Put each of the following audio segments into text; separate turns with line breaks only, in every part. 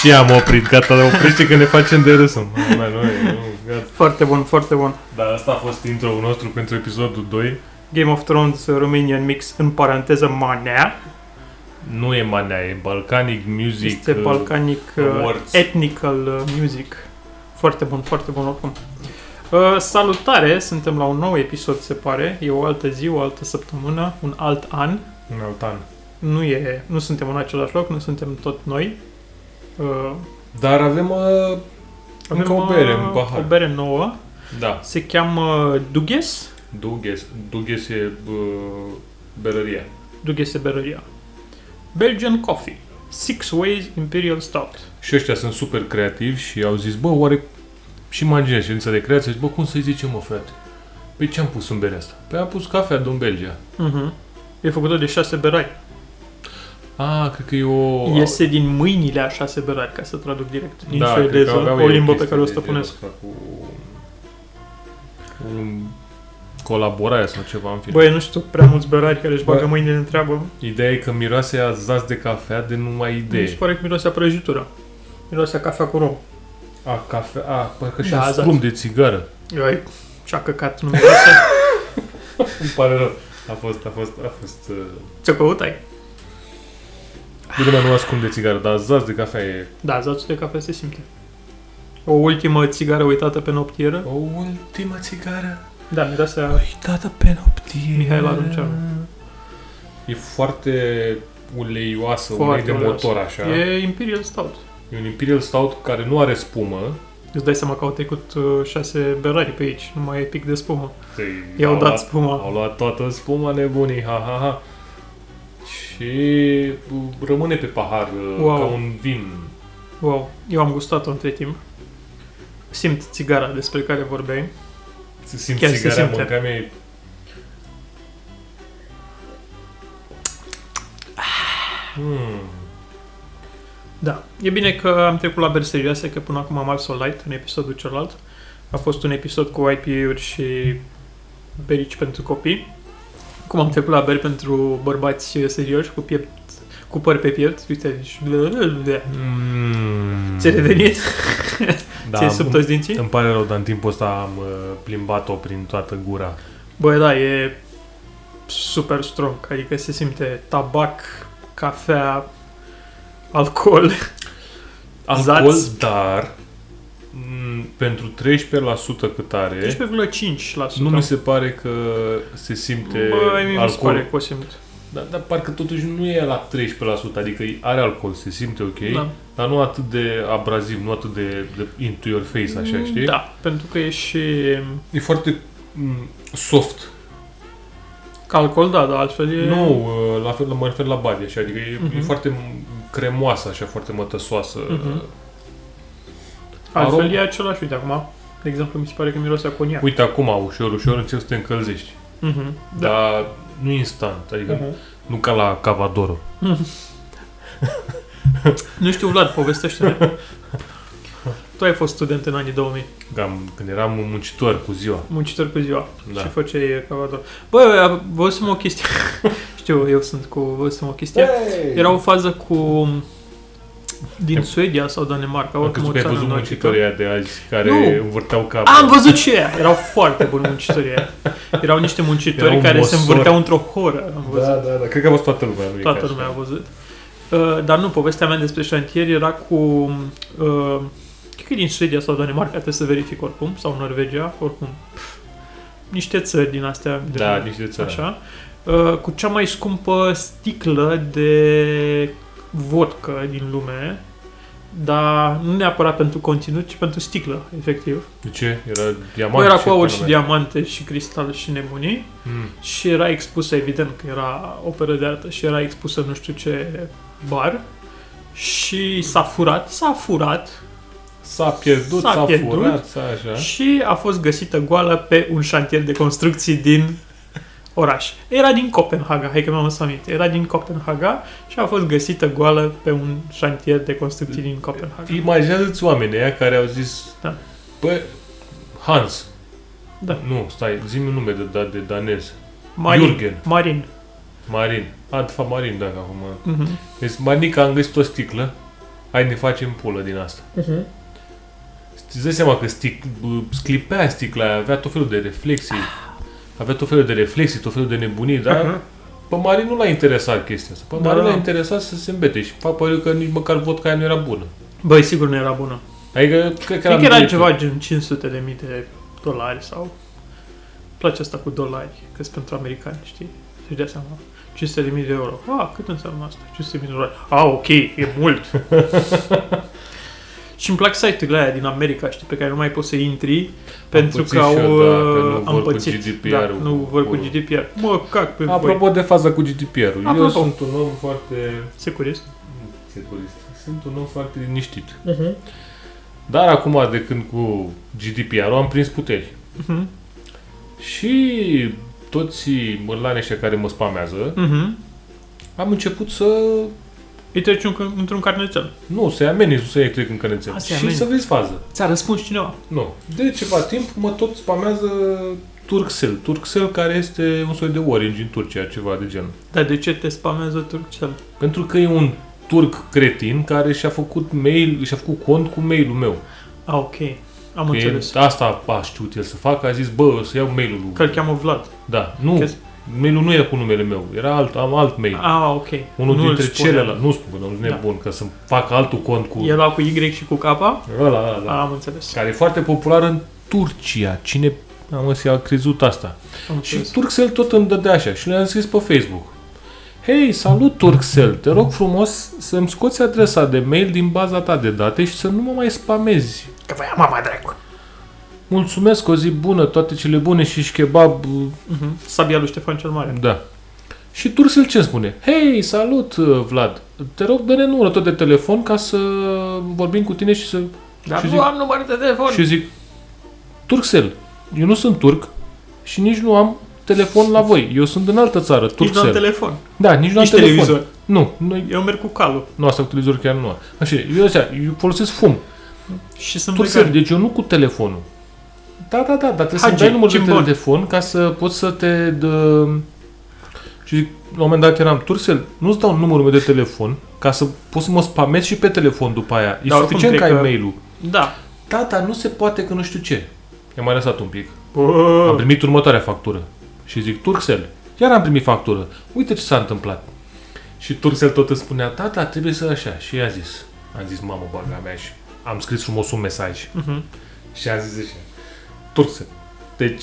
Și am oprit, gata, oprește că ne facem de râs. Mama mea, nu, e, nu, gata.
Foarte bun, foarte bun.
Dar asta a fost intro-ul nostru pentru episodul 2.
Game of Thrones uh, Romanian Mix, în paranteză, manea.
Nu e manea, e Balkanic Music.
este
uh,
balcanic, uh,
Awards.
ethnical uh, music. Foarte bun, foarte bun oricum. Uh, salutare, suntem la un nou episod, se pare. E o altă zi, o altă săptămână, un alt an.
Un alt an.
Nu e, nu suntem în același loc, nu suntem tot noi. Uh,
Dar avem... Uh, Încă o
uh,
bere în pahar.
O bere nouă.
da,
Se cheamă Dughes.
Dughes. Dughes e uh, berăria.
Dughes e berăria. Belgian Coffee. Six Ways Imperial Stout.
Și ăștia sunt super creativi și au zis, bă, oare... Și imaginea ședința de creație și bă, cum să-i zicem, mă, frate? Păi ce am pus în berea asta? Păi am pus cafea din Belgia.
Uh-huh. E făcută de șase berai.
Ah, cred că e o...
Iese din mâinile a șase berari, ca să traduc direct. Din
Da,
da,
cred că
suedeză,
aveau
o
ei
limbă pe
chestie
care o
de
stăpânesc.
genul ăsta Cu... Un... Colaborarea sau ceva în fine.
Băi, nu știu prea mulți berari care își
Bă.
bagă mâinile în treabă.
Ideea e că miroase a zas de cafea de numai
Mi se
idee.
pare că miroase a prăjitură. Miroase a cafea cu rom.
A, cafea, a, parcă și
Da,
da,
zas.
scrum de țigară.
Ai, și-a căcat, nu miroase.
Îmi pare rău. A fost, a fost, a fost... Uh...
Ce căutai?
Bine, mă, nu ascund de țigară, dar zas de cafea e...
Da, zațul de cafea se simte. O ultimă țigară uitată pe noptieră?
O ultima țigară
Da, miroase a...
Uitată pe noptie.
Mihail Arunceanu.
E foarte uleioasă,
Foarte
ulei de
uleioasă.
motor așa. E...
E Imperial Stout.
e un Imperial Stout care nu are spumă.
Îți dai seama că au trecut uh, șase berari pe aici, nu mai e pic de spumă.
Ei,
I-au
au
dat
luat-
spuma.
Au luat toată spuma nebunii, ha, ha, ha. Și uh, rămâne pe pahar uh,
Wow.
ca un vin.
Wow, eu am gustat-o între timp. Simt țigara despre care vorbeai.
Se simți
Chiar se
țigarea,
simte.
mâncam ei. Mm.
Da, e bine că am trecut la beri serioase, că până acum am ars-o light în episodul celălalt. A fost un episod cu IPA-uri și berici pentru copii. Cum am trecut la beri pentru bărbați serioși, cu piept, cu păr pe piept, uite, și...
Mm.
Ți-ai revenit?
Da,
Ți-ai sub toți dinții?
Îmi pare rău, dar în timpul ăsta am uh, plimbat-o prin toată gura.
Băi, da, e super strong, adică se simte tabac, cafea, alcool.
Alcool,
Zaț.
dar mm, pentru 13% cât
Deci
are,
13,5%.
nu mi se pare că se simte
Băi, mie mi se
alcool.
pare că o simt.
Dar da, parcă totuși nu e la 13%, adică are alcool, se simte ok,
Da.
dar nu atât de abraziv, nu atât de, de into your face, așa, știi?
Da, pentru că e și...
E foarte mm, soft.
Ca alcool, da, dar altfel e...
Nu, uh, la fel mă refer la body, așa, adică e, e
Mhm.
foarte mm, cremoasă, așa, foarte mătăsoasă.
Mhm. altfel
aroma.
e același. Uite, acum, de exemplu, mi se pare că miroase a coniac.
Uite acum, ușor, ușor încep să te încălzești.
Mhm,
Da.
Da.
Dar nu instant, adică
Mhm.
nu ca la Cavadoro.
Nu știu, Vlad, povestește-ne. tu ai fost student în anii 2000,
Cam când eram un muncitor cu ziua.
muncitor cu ziua. Da.
Da.
Și făceai cavador. Bă, vă să mă o chestie. știu, eu sunt cu... Vă să mă o chestie. Era o fază cu... Din Suedia sau Danemarca,
Am crezut
oricum o
că ai
țară
văzut
nordică.
muncitorii aia de azi care
Nu.
învârteau capul.
Am văzut și ea! Erau foarte buni muncitorii aia. Erau niște muncitori
Erau
care se
măsori.
învârteau într-o horă. Am văzut.
Da, da, da. Cred că a văzut toată lumea. Nu e
Toată
ca
lumea a
așa.
văzut. Uh, dar nu, povestea mea despre șantier era cu... Uh, cred că e din Suedia sau Danemarca, trebuie să verific oricum, sau Norvegia, oricum. Pf, niște țări din astea. de
Da,
pe-
nici de țară.
Așa. Uh, cu cea mai scumpă sticlă de vodcă din lume, dar nu neapărat pentru conținut, ci pentru sticlă, efectiv.
De ce? Era diamant.
Mă, era
ce
cu aur și
fenomen.
diamante și cristal și nebunii.
Mm.
Și era expusă, evident că era operă de artă și era expusă nu știu ce bar. Și s-a furat, s-a furat
S-a pierdut,
S-a
s-a,
pierdut.
furat, s-a așa.
și a fost găsită goală pe un șantier de construcții din oraș. Era din Copenhaga, hai că mi-am să aminte. Era din Copenhaga și a fost găsită goală pe un șantier de construcții din Copenhaga.
Imaginează-ți oamenii aia care au zis,
Da.
bă, Hans.
Da.
Nu, stai, zi-mi un nume de, da, de, de danez.
Marin.
Jürgen.
Marin.
Marin. A, de fapt, Marin, dacă acum...
Mhm.
Deci, Manica, am găsit o sticlă. hai ne facem pulă din asta.
Uh-huh.
Îți dai seama că stic, b- sclipea sticla aia, avea tot felul de reflexii, avea tot felul de reflexii, tot felul de nebunii, dar
Uh-huh.
pe Mari nu l-a interesat chestia asta. Pe
Da,
Mari
da.
l-a interesat să se îmbete și faptul că nici măcar vodka aia nu era bună.
Băi, sigur nu era bună.
Adică, cred că
Cred că
militar.
era ceva gen 500 de mii de dolari sau... Îmi place asta cu dolari, că sunt pentru americani, știi? Să-și dea seama. 500 de mii de euro. A, cât înseamnă asta? 500 de mii de dolari. A, ok, e mult. și îmi plac site-urile aia din America, știi, pe care nu mai poți să intri pentru că
pățit
au
și eu, da, că nu vor
uh, am
cu
pățit. Da,
GDPR-ul
nu vor cu
acolo.
GDPR. Mă, cac pe voi.
Apropo de faza cu GDPR-ul, eu
Apropo.
sunt un om foarte
Securist.
securist. Sunt un om foarte liniștit.
Uh-huh.
Dar acum, de când cu GDPR-ul, am prins puteri.
Uh-huh.
Și toți mârlanii ăștia care mă spamează,
Uh-huh.
am început să
Îi treci un, într-un carnețel.
Nu, să-i amenizi, să-i trec în cărențel.
A, să-i
Și
amenizi.
să vezi fază.
Ți-a răspuns cineva.
Nu. De ceva timp mă tot spamează Turkcell. Turkcell care este un soi de orange în Turcia, ceva de genul.
Dar de ce te spamează turcel?
Pentru că e un turc cretin care și-a făcut mail, și-a făcut cont cu mailul meu.
Ah, ok. Am
Că e- da.
înțeles.
asta a știut el să facă, a zis, bă, o să iau mailul lui.
Că îl cheamă Vlad.
Da, nu,
Că-
mailul nu era cu numele meu, era alt, am alt mail.
Ah, ok.
Unul
Nu îl
dintre
spune.
celelalte, nu spun, nu
Da.
nebun, că să fac altul cont cu...
El a cu Y și cu K? Da.
Ăla, ăla, da.
Am înțeles.
care e foarte popular în Turcia. Cine am si a crezut asta?
Am
Și
înțeles.
Turkcell tot îmi dădea așa și le-am scris pe Facebook. Hei, salut Turkcell, te rog frumos să-mi scoți adresa de mail din baza ta de date și să nu mă mai spamezi.
Că vă ia mama dracu.
Mulțumesc, o zi bună, toate cele bune și șkebab,
Mhm. Sabia lui Ștefan cel Mare.
da. Și Turkcell ce îmi spune? Hei, salut Vlad, te rog dă-ne numărul tău de telefon ca să vorbim cu tine și să...
Dar
și
nu
zic-
am număr de telefon.
Și zic, Turkcell, eu nu sunt turc și nici nu am telefon la voi. Eu sunt în altă țară,
Nici nu am
Turkcell.
telefon.
Da, nici nu am
Nici
telefon.
televizor.
Nu, noi,
Eu merg cu calul.
nu asta cu televizor chiar nu am. Așa, eu, așa, eu folosesc fum.
Și sunt
Turkcell,
vegan.
deci eu nu cu telefonul. Da, da, da, dar trebuie să-mi
Hagi,
dai numărul de
cimbon.
telefon ca să poți să te... Dă... Și zic, la un moment dat eram, Turcel, nu-ți dau numărul meu de telefon ca să poți să mă spamezi și pe telefon după aia. E
Da, oricum,
suficient că ai
cred că-
mail-ul.
Da.
Da, dar nu se poate că nu știu ce. I-am mai lăsat un pic. Am
Bă.
primit următoarea factură. Și zic, Turkcell, iar am primit factură. Uite ce s-a întâmplat. Și Turkcell tot îmi spunea, tata, trebuie să așa. Și i-a zis, am zis, mamă, baga mea și am scris frumos un mesaj.
Mhm.
Și am zis așa, Turkcell, deci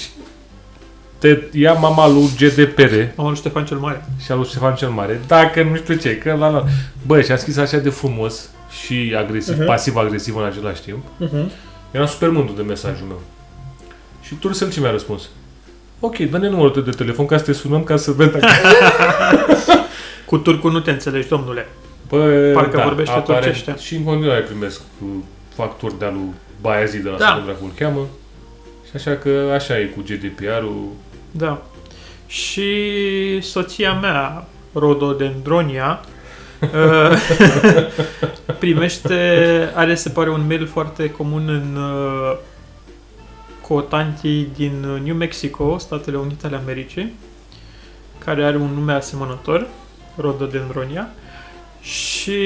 te ia mama lui GDPR
Mama lui Ștefan cel Mare.
și a lui Ștefan cel Mare, dacă nu știu ce, că la la... Bă, și a scris așa de frumos și agresiv,
Mhm.
uh-huh. pasiv-agresiv în același timp. Eram super mândru de mesajul meu. Și Turcel ce mi-a răspuns? Ok, dă-ne numărul tău de telefon ca să te sunăm ca să vezi dacă...
Cu turcul nu te înțelegi, domnule.
Bă, da,
Parcă vorbește turcește.
Și în continuare primesc cu facturi de-a lui Baiazi de la
Da.
da. dracu îl cheamă. Și așa că așa e cu GDPR-ul.
Da. Și soția mea, Rododendronia, uh, primește, are se pare un mail foarte comun în uh, cotantii din uh, New Mexico, Statele Unite ale Americii, care are un nume asemănător, Rododendronia, și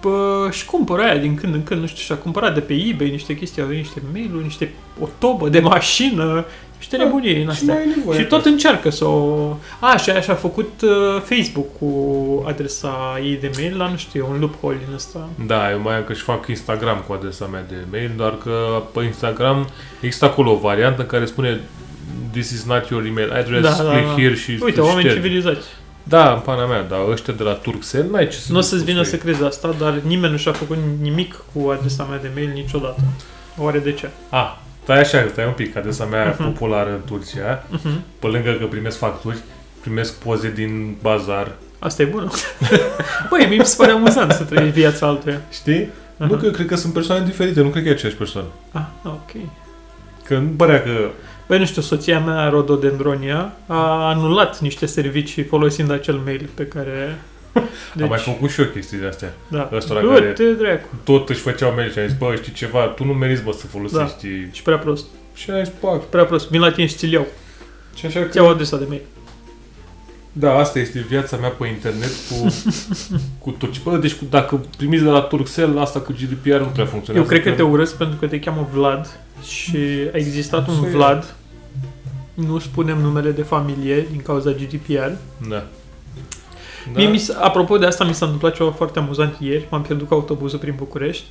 pă, își cumpără aia din când în când, nu știu, și-a cumpărat de pe eBay niște chestii, au venit niște mail-uri, niște o tobă de mașină, niște
Da,
nebunii din
Și
astea.
mai e nevoie.
Și tot încearcă să o... A, și așa a făcut uh, Facebook cu adresa ei de mail la, nu știu, un loophole din ăsta.
Da, eu mai am că și fac Instagram cu adresa mea de mail, doar că pe Instagram există acolo o variantă în care spune This is not your email address,
Da, da,
click
da.
here și
Uite,
îți
oameni
ștergi.
civilizați.
Da, în pana mea, dar ăștia de la Turkcell n-ai ce să
Nu o să-ți vină
discuți
să
cu ei.
crezi asta, dar nimeni nu și-a făcut nimic cu adresa mea de mail niciodată. Oare de ce?
A, stai așa, stai un pic, adresa mea
Mhm.
populară în Turcia,
Uh-huh.
pe lângă că primesc facturi, primesc poze din bazar,
Asta e bună. Băi, mi se pare amuzant să trăiești viața altuia.
știi? Uh-huh. Nu
Aha.
că eu cred că sunt persoane diferite, nu cred că e aceeași persoană.
Ah, ok.
Că nu părea că...
Băi, nu știu, soția mea, Rododendronia, a anulat niște servicii folosind acel mail pe care...
Deci... Am mai făcut și eu chestii de astea.
da.
ăstora
Du-te,
care-
dracu.
Tot își făceau mail și am zis, bă, știi ceva, tu nu meriți, bă, să folosești... Da.
Și prea prost.
Și am zis, pac.
Prea prost. Vin la tine și ți-l iau.
Și așa
Ți-au
că...
adresa de mail.
Da, asta este viața mea pe internet cu, cu turci. Bă, deci cu- dacă primiți de la Turkcell, asta cu GDPR nu prea funcționează.
Eu cred că te urăsc pentru că te cheamă Vlad și a existat un
Să-i-
Vlad. Nu spunem numele de familie din cauza GDPR.
Da.
Da. Mie, mi s- apropo de asta, mi s-a întâmplat ceva foarte amuzant ieri. M-am pierdut cu autobuzul prin București.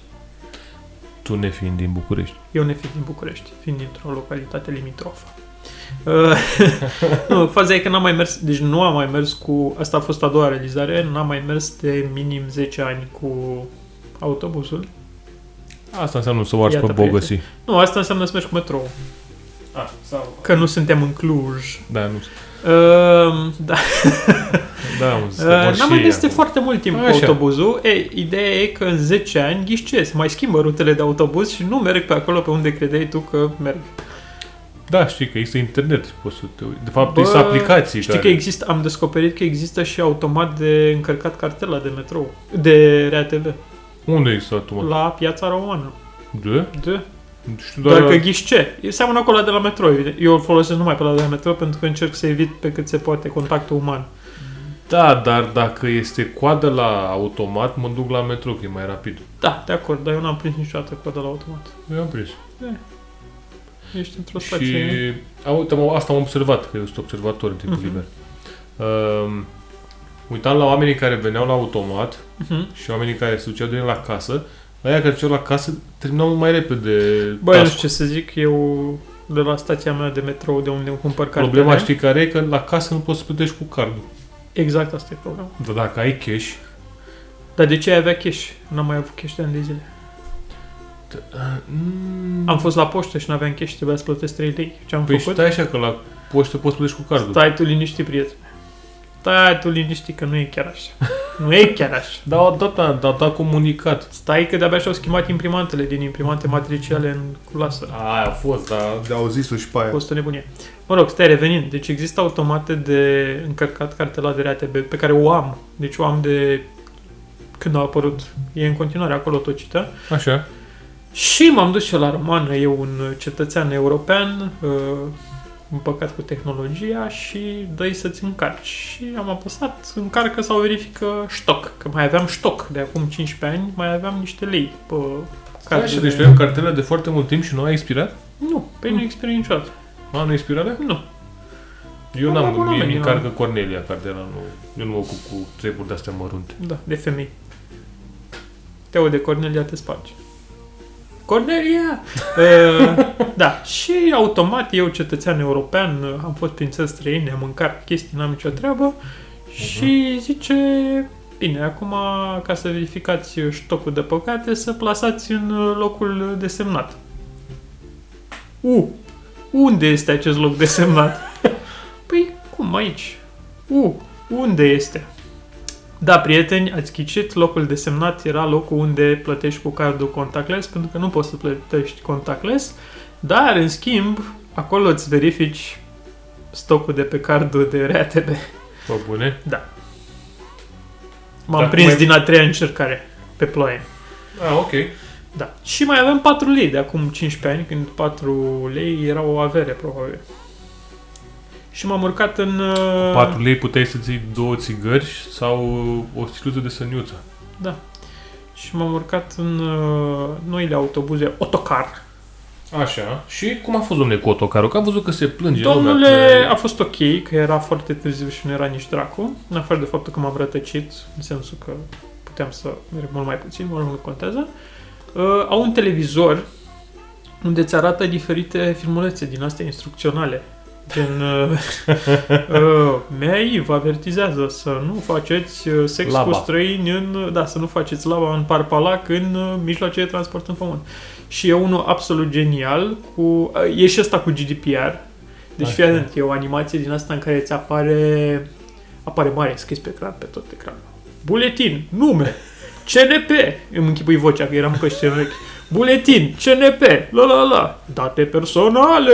Tu ne fiind din București.
Eu ne fiind din București, fiind dintr-o localitate limitrofă. Uh, nu, faza e că n-am mai mers, deci nu am mai mers cu, asta a fost a doua realizare, n-am mai mers de minim 10 ani cu autobuzul.
Asta înseamnă să o arzi
Iată,
pe bogăsii.
Nu, asta înseamnă să mergi cu metrou,
Ah, sau...
că nu suntem în Cluj.
Da, nu
Uh, da,
Da, un
Uh, N-am mai mers de foarte mult timp cu
Așa.
autobuzul. Ei, ideea e că în 10 ani, ghiși ce, se mai schimbă rutele de autobuz și nu merg pe acolo pe unde credeai tu că merg.
Da, știi că există internet, poți să te uiți. De fapt,
Bă,
există aplicații
Știi că
care...
există, am descoperit că există și automat de încărcat cartela de metrou, de RATB,
Unde există automat?
la piața română.
Da?
De?
Știu
Doar
doar...
că ghiși ce, seamănă acolo de la metrou, evident. Eu îl folosesc numai pe la de la metrou pentru că încerc să evit pe cât se poate contactul uman.
Da, dar dacă este coadă la automat, mă duc la metro, că e mai rapid.
Da, de acord, dar eu n-am prins niciodată coada la automat.
Eu am prins.
Ești într-o
Și
stație...
am, uite, am, asta am observat, că eu sunt observator în timpul
Mhm.
liber. Um, uitam la oamenii care veneau la automat
Mhm.
și oamenii care se duceau de la casă, la aia care duceau la casă terminau mai repede
Bă, nu
task-ul.
știu ce să zic, eu de la stația mea de metrou de unde îmi cumpăr cartele.
Problema știi care e? Că la casă nu poți să plătești cu cardul.
Exact asta e problema.
Dar dacă ai cash,
Dar de ce ai avea cash? N-am mai avut cash de ani de zile.
mm,
Am fost la poștă și n-aveam cash, trebuia să plătesc 3 lei. Ce am
Păi
făcut?
stai așa că la poștă poți să plătești cu cardul.
Stai tu liniștit, prieten. Stai tu liniștit că nu e chiar așa. nu e chiar așa.
Da, au dat, da, da, da comunicat.
Stai că de-abia și-au schimbat imprimantele din imprimante matriciale în cu laser.
Aia a fost, da.
De au zis-o și pe
A
aia.
fost o nebunie. Mă rog, stai revenind. Deci există automate de încărcat cartela de RATB pe care o am. Deci o am de când a apărut. E în continuare acolo tocită.
Așa.
Și m-am dus și eu la romană. Eu un cetățean european uh, împăcat cu tehnologia și dai să-ți încarci. Și am apăsat încarcă sau verifică stoc. Că mai aveam stoc de acum 15 ani, mai aveam niște lei pe
Stai așa,
cartele.
deci tu Mm. ai o cartelă de foarte mult timp și nu a expirat?
Nu, pe nu expiră niciodată.
A, nu a expirat?
Nu.
Eu
Am
n-am,
abonament,
mie mi
eu
încarcă Cornelia cartela, nu, eu nu mă ocup cu treburi de-astea mărunte.
Da, de femei. Te aude Cornelia, te spargi. Cornelia! uh, da, și automat eu, cetățean european, am fost prin țări străine, am mâncat chestii, n-am nicio treabă și zice, bine, acum ca să verificați stocul de păcate, să plasați în locul desemnat. U, unde este acest loc desemnat? păi, cum aici? U, unde este? Da, prieteni, ați ghicit, locul desemnat era locul unde plătești cu cardul contactless, pentru că nu poți să plătești contactless, dar, în schimb, acolo îți verifici stocul de pe cardul de RATB.
Bă, bune.
M-am
Dar
prins
cum ai-
din a treia încercare pe ploaie.
A, ok.
Da. Și mai avem 4 lei de acum 15 ani, când 4 lei era o avere, probabil. Și m-am urcat în... uh,
4 lei puteai să-ți iei două țigări sau o sticluță de săniuță.
Și m-am urcat în uh, noile autobuze autocar.
Așa. Și cum a fost, domnule, cu autocarul? Că am uh, văzut că se plânge lumea
Domnule,
că...
a fost ok, că era foarte târziu și nu era nici dracu, în afară de faptul că m-am rătăcit, în sensul că puteam să merg mult mai puțin, mă rog, nu contează. Uh, au un televizor unde ți arată diferite filmulețe din astea instrucționale. Gen, uh, uh, mei vă avertizează să nu faceți uh, sex
Laba.
cu străini în, da, să nu faceți lava în parpalac în uh, mijloace de transport în pământ. Și e unul absolut genial cu... uh, E și asta cu GDPR. Deci fii
Așa.
atent, e o animație din asta în care îți apare... Apare mare scris pe ecran, pe tot ecranul. Buletin, nume, CNP. Îmi închipui vocea, că eram în căștile vechi. Buletin, CNP, la la la, date personale.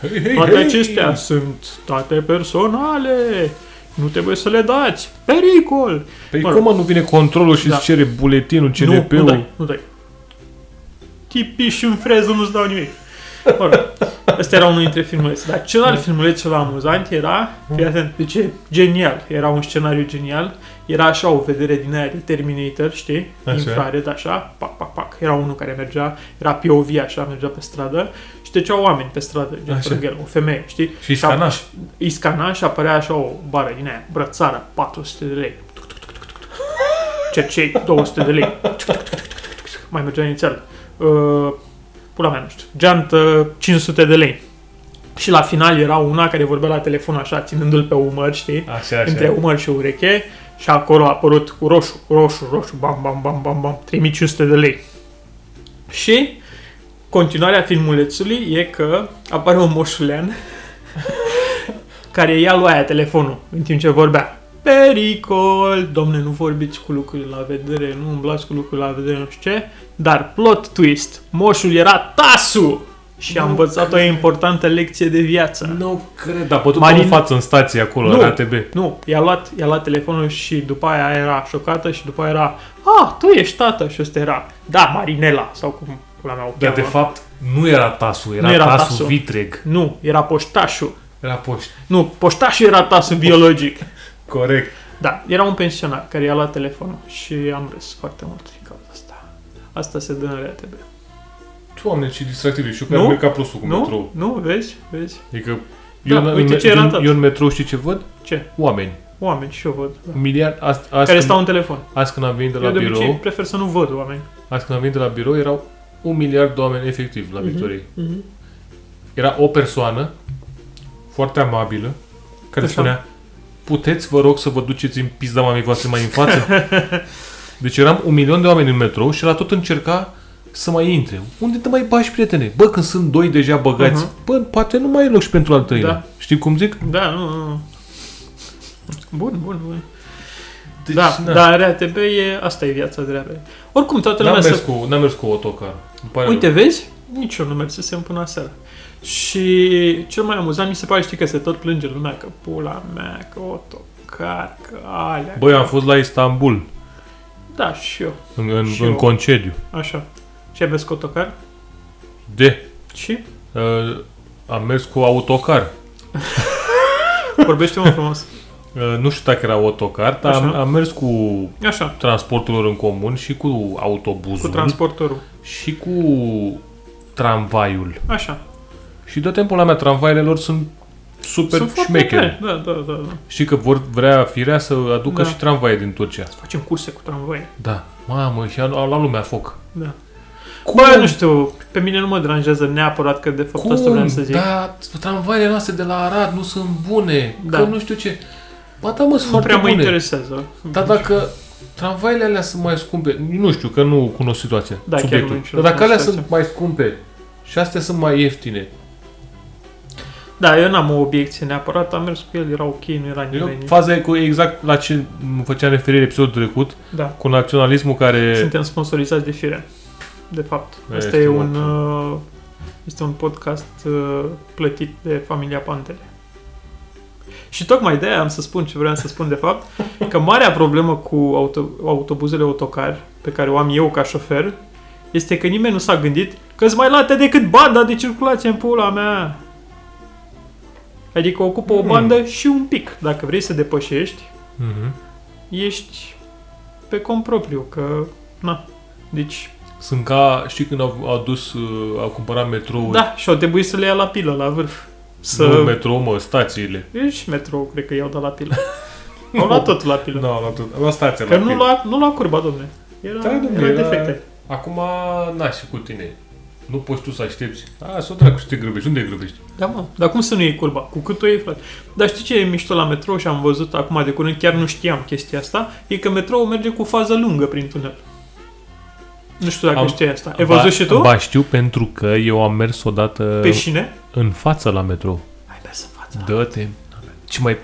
Hei, hei,
Toate
hei!
acestea sunt date personale. Nu trebuie să le dați. Pericol.
Păi
Mă
mă
rog.
cum mă, nu vine controlul și
Da.
îți cere buletinul,
Nu, nu
CNP-ul?
dai, nu dai. Tipi și în freză nu-ți dau nimic. Mă rog, ăsta era unul dintre filmulețe. Dar celălalt filmuleț ceva amuzant era, fii atent, de ce? Genial. Era un scenariu genial. Era așa o vedere din aia de Terminator, știi?
Așa.
Infrared, așa, pac, pac, pac. Era unul care mergea, era POV, așa, mergea pe stradă și treceau oameni pe stradă, gen
Așa.
lângă el, o femeie, știi?
Și scana.
a- Îi scana și apărea așa o bară din aia, brățară, 400 de lei. Cercei, 200 de lei. Mai mergea inițial. Uh, pula mea, nu știu, geantă 500 de lei. Și la final era una care vorbea la telefon așa, ținându-l pe umăr, știi?
Așa, așa.
Între umăr și ureche. Și acolo a apărut cu roșu, roșu, roșu, bam, bam, bam, bam, bam, 3500 de lei. Și continuarea filmulețului e că apare un moșulean care ia lui aia telefonul în timp ce vorbea. Pericol! Domne, nu vorbiți cu lucruri la vedere, nu umblați cu lucruri la vedere, nu știu ce. Dar plot twist, moșul era Tasu! Și a
Nu
învățat o importantă lecție de viață.
Nu cred, a bătut
Marin-
Marin... în față în stație acolo,
Nu. Da,
la ATB.
Nu, i-a luat, i-a luat telefonul și după aia era șocată și după aia era Ah, tu ești tată și ăsta era Da, Marinela sau cum pula mea o
Dar Da, de
cheamă.
fapt nu era tasul, era,
Nu era
era tasul,
Tasu.
vitreg.
Nu, era poștașul
Era poșt.
Nu, poștașul era tasul biologic
Corect.
Da, era un pensionar care i-a luat telefonul și am râs foarte mult din cauza asta Asta se dă în RATB
Doamne, ce distractiv e. Și eu care
Nu?
merg ca prostul cu
Nu?
metrou.
Nu? Vezi? Vezi?
Adică
Da,
eu, în-
uite
în,
ce era
eu,
tot.
eu în metrou știi ce văd?
Ce?
Oameni.
Oameni și eu văd da.
Un miliard. Azi, azi,
Care
când,
stau în telefon
azi când am venit de la
Eu de
birou,
obicei prefer să nu văd oameni
azi când am venit de la birou, erau un miliard de oameni efectiv la Victoriei.
Mhm.
Era o persoană foarte amabilă care
Așa.
spunea Puteți, vă rog, să vă duceți în pizda mamei voastre mai în față? Deci eram un milion de oameni în metrou și la tot încerca să mai intre. Unde te mai bași, prietene? Bă, când sunt doi deja băgați,
Mhm.
bă, poate nu mai e loc și pentru al treilea.
Da.
Știi cum zic?
Da, nu, nu, nu. Bun, bun, bun
Deci,
da,
na.
dar RATB e, asta e viața de RATB. Oricum, toată
N-am
lumea
mers,
să...
cu, n-am mers cu autocar. Îmi pare
Uite,
rău.
vezi? Nici eu nu mersesem până seara. Și cel mai amuzant mi se pare, știi, că se tot plânge lumea, că pula mea, că autocar, că alea.
Băi, am fost la Istanbul,
Da, și eu.
în, în,
Și eu.
în concediu.
Așa. Și ai mers cu autocar?
De,
Și?
uh, am mers cu autocar.
Vorbește-mă frumos.
Uh, nu știu dacă era autocar, dar am,
Așa.
am mers cu
Așa,
transportul lor în comun și cu autobuzul
cu transportorul.
și cu tramvaiul.
Așa.
Și de timpul la mea, tramvaiile lor sunt super
Sunt
sunt
foarte
șmechere.
tare. Da, da, da, da.
Știi că vor vrea firea să aducă
Da.
da. și tramvaie din Turcia.
Facem curse cu tramvai.
Da. Mamă, și au au luat lumea foc.
Da.
Cum?
Bă, nu știu, pe mine nu mă deranjează neapărat că de fapt asta
Cum?
vreau să zic.
Da, tramvaiele noastre de la Arad nu sunt bune.
Da.
Da. Că nu știu ce. Ba da, mă, sunt
nu
foarte
prea mă
bune.
interesează.
Dar dacă tramvaile alea sunt mai scumpe, nu știu, că nu cunosc situația, da,
Da, chiar nu
subiectul.
cunosc
Dar dacă alea
situația.
sunt mai scumpe și astea sunt mai ieftine,
Da, eu n-am o obiecție neapărat, am mers cu el, era ok, nu era
eu,
nimeni.
faza e cu exact la ce m- făceam referire episodul trecut,
Da,
cu naționalismul care...
suntem sponsorizați de Firea, de fapt.
E,
Asta e un,
stimat.
uh, este un podcast uh, plătit de familia Pantele. Și tocmai de aia am să spun ce vreau să spun de fapt, că marea problemă cu auto, autobuzele autocar pe care o am eu ca șofer este că nimeni nu s-a gândit că îți mai late decât banda de circulație în pula mea. Adică ocupă o
Mm.
bandă și un pic. Dacă vrei să depășești,
Mhm.
ești pe cont propriu, că, na, deci,
Sunt ca, știi când au, au dus, uh, au cumpărat metroul,
da, și au trebuit să le ia la pilă, la vârf. Să...
nu metrou, mă, stațiile.
Eu și metrou, cred că i-au dat la pilă. au luat tot la pilă.
Nu, au luat tot- au luat stația
Da. că
Da, la
nu
fir.
lua, nu lua curba, domne. Era,
Da, domne,
era
era-
defecte.
Acum, na, și cu tine. Nu poți tu să aștepți. A, să o dracu și te grăbești. Unde te grăbești?
Da, mă. Dar cum să nu iei curba? Cu cât o iei, frate? Dar știi ce e mișto la metrou și am văzut acum de curând, chiar nu știam chestia asta, e că metrou merge cu fază lungă prin tunel. Nu știu dacă
Am-
știi asta. Ai văzut și tu?
Ba, știu pentru că eu am mers odată...
Pe șine?
în față la metrou.
Ai mers în față.
Dă-te. Ce mai...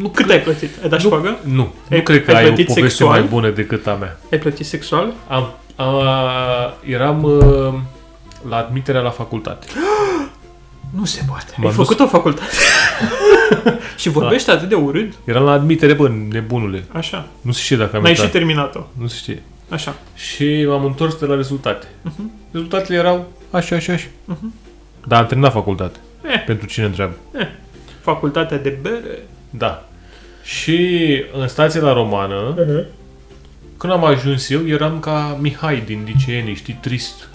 Nu, cât ai plătit? Ai dat
Nu-
șpagă?
Nu,
Ai-
nu cred că
ai
ai, o
plătit
poveste
sexual?
mai bună decât a mea.
Ai plătit sexual?
Am, a, eram uh, la admiterea la facultate.
Nu se poate. Ai
M-am dus-
făcut o facultate. și vorbește atât de urât.
Eram la admitere, bă, nebunule.
Așa.
Nu se știe dacă am
N-ai și
intrat.
terminat-o.
Nu se știe.
Așa.
Și m-am întors de la rezultate.
Mhm.
Rezultatele erau așa, așa, așa.
Mhm.
Dar am terminat facultate.
Eh.
Pentru cine întreabă.
Facultatea de bere.
Da. Și în stație la romană,
Uh-huh.
când am ajuns eu, eram ca Mihai din liceeni, știi, trist.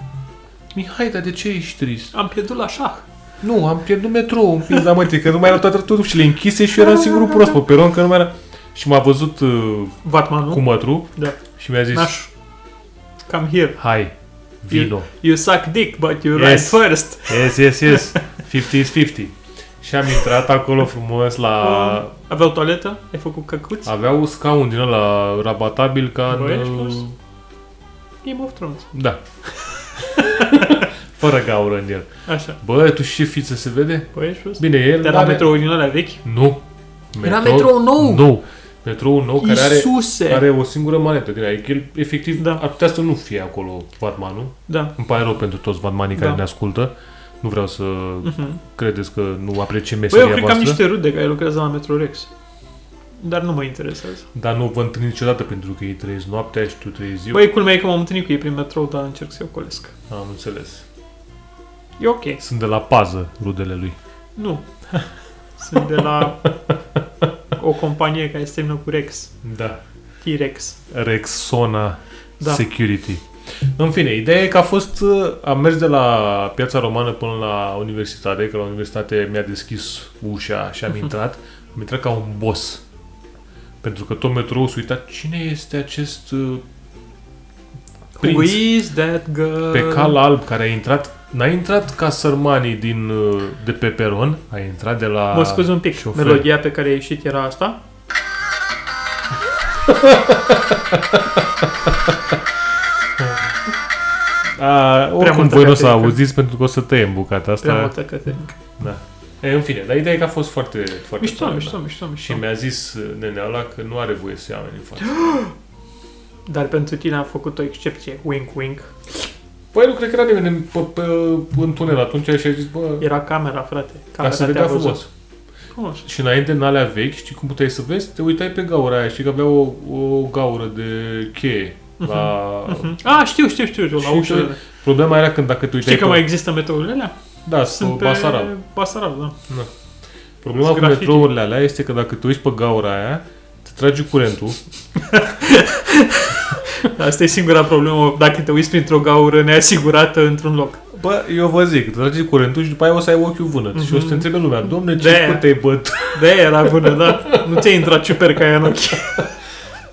Mihai, dar de ce ești trist?
Am pierdut la șah.
Nu, am pierdut metrou un pic, dar mă, că nu mai erau toate tutușile închise și eu eram singurul prost pe peron, că nu mai era... Și m-a văzut uh,
Vatmanul.
cu mătru
Da.
și mi-a zis,
Naș. Come here.
hai, vino.
You suck dick, but you
Yes.
ride first.
Yes, yes, yes. 50 is 50. Și am intrat acolo frumos la...
Aveau toaletă? Ai făcut căcuți?
Aveau scaun din ăla rabatabil ca în...
Băiești,
uh,
frumos. Game of Thrones.
Da. Fără gaură în el.
Așa.
Bă, tu și ce fiță se vede?
Păi ești prost?
Bine, el
Dar la
are-
metrou din alea vechi?
Nu.
Era metrou nou.
Nou. Metrou nou care are,
Iisuse!
are o singură manetă din adică el efectiv
Da.
da. ar putea să nu fie acolo Batmanul.
Da.
Îmi pare rău pentru toți Batmanii care
Da.
ne ascultă. Nu vreau să
Mhm.
credeți că nu apreciem
Băi,
meseria
Păi, eu cred că am
voastră.
niște rude care lucrează la Metrorex. Dar nu mă interesează.
Dar nu vă întâlniți niciodată pentru că ei trăiesc noaptea și tu trăiești ziua.
Băi, culmea e că m-am întâlnit cu ei prin metrou, dar încerc să-i ocolesc.
Am înțeles.
E ok.
Sunt de la pază rudele lui.
Nu. Sunt de la o companie care se termină cu Rex.
Da.
T-Rex.
Rexona
Da.
da. Security. În fine, ideea e că a fost, uh, am mers de la piața romană până la universitate, că la universitate mi-a deschis ușa și am intrat. Am intrat ca un boss. Pentru că tot metrou se uita, cine este acest uh,
Who
prinț
is that girl?
pe cal alb care a intrat, n-a intrat ca sărmanii din, uh, de pe peron, a intrat de la...
Mă scuzi un pic.
șofer.
Melodia pe care a ieșit era asta.
A, uh, oricum
multă
voi nu o să
caterincă.
auziți pentru că o să tăiem bucata asta.
Prea multă către.
E, în fine, dar ideea e că a fost foarte, foarte
Mișto,
tare,
mișto,
da.
mișto,
Și
mișto.
mi-a zis uh, nenea ăla că nu are voie să ia oameni în față.
Dar pentru tine am făcut o excepție. Wink, wink.
Păi nu cred că era nimeni în, pe, pe, în tunel atunci și a zis, bă,
Era camera, frate.
ca
Camera
să
te-a
vedea
văzut.
frumos.
Frumos.
Și înainte în alea vechi, știi cum puteai să vezi? Te uitai pe gaura aia, știi că avea o, o gaură de cheie la...
Mhm. A, știu, știu, știu, știu, la
Și
ușă.
uite- Problema era când dacă te uitai
Știi că
pe...
mai există metrourile alea?
Da,
Sunt
sunt
pe
Basarab.
Basarab, da.
Problema cu
Grafiti.
metrourile alea este că dacă te uiți pe gaura aia, te trage curentul.
Dar Asta e singura problemă dacă te uiți printr-o gaură neasigurată într-un loc.
Bă, eu vă zic, te trage curentul și după aia o să ai ochiul vânăt. Și
Mhm.
o să te întrebe lumea, domne, ce
De-aia.
cu te-ai băt?
De aia era bună, da? Nu ți-a intrat ciuperca aia în ochi.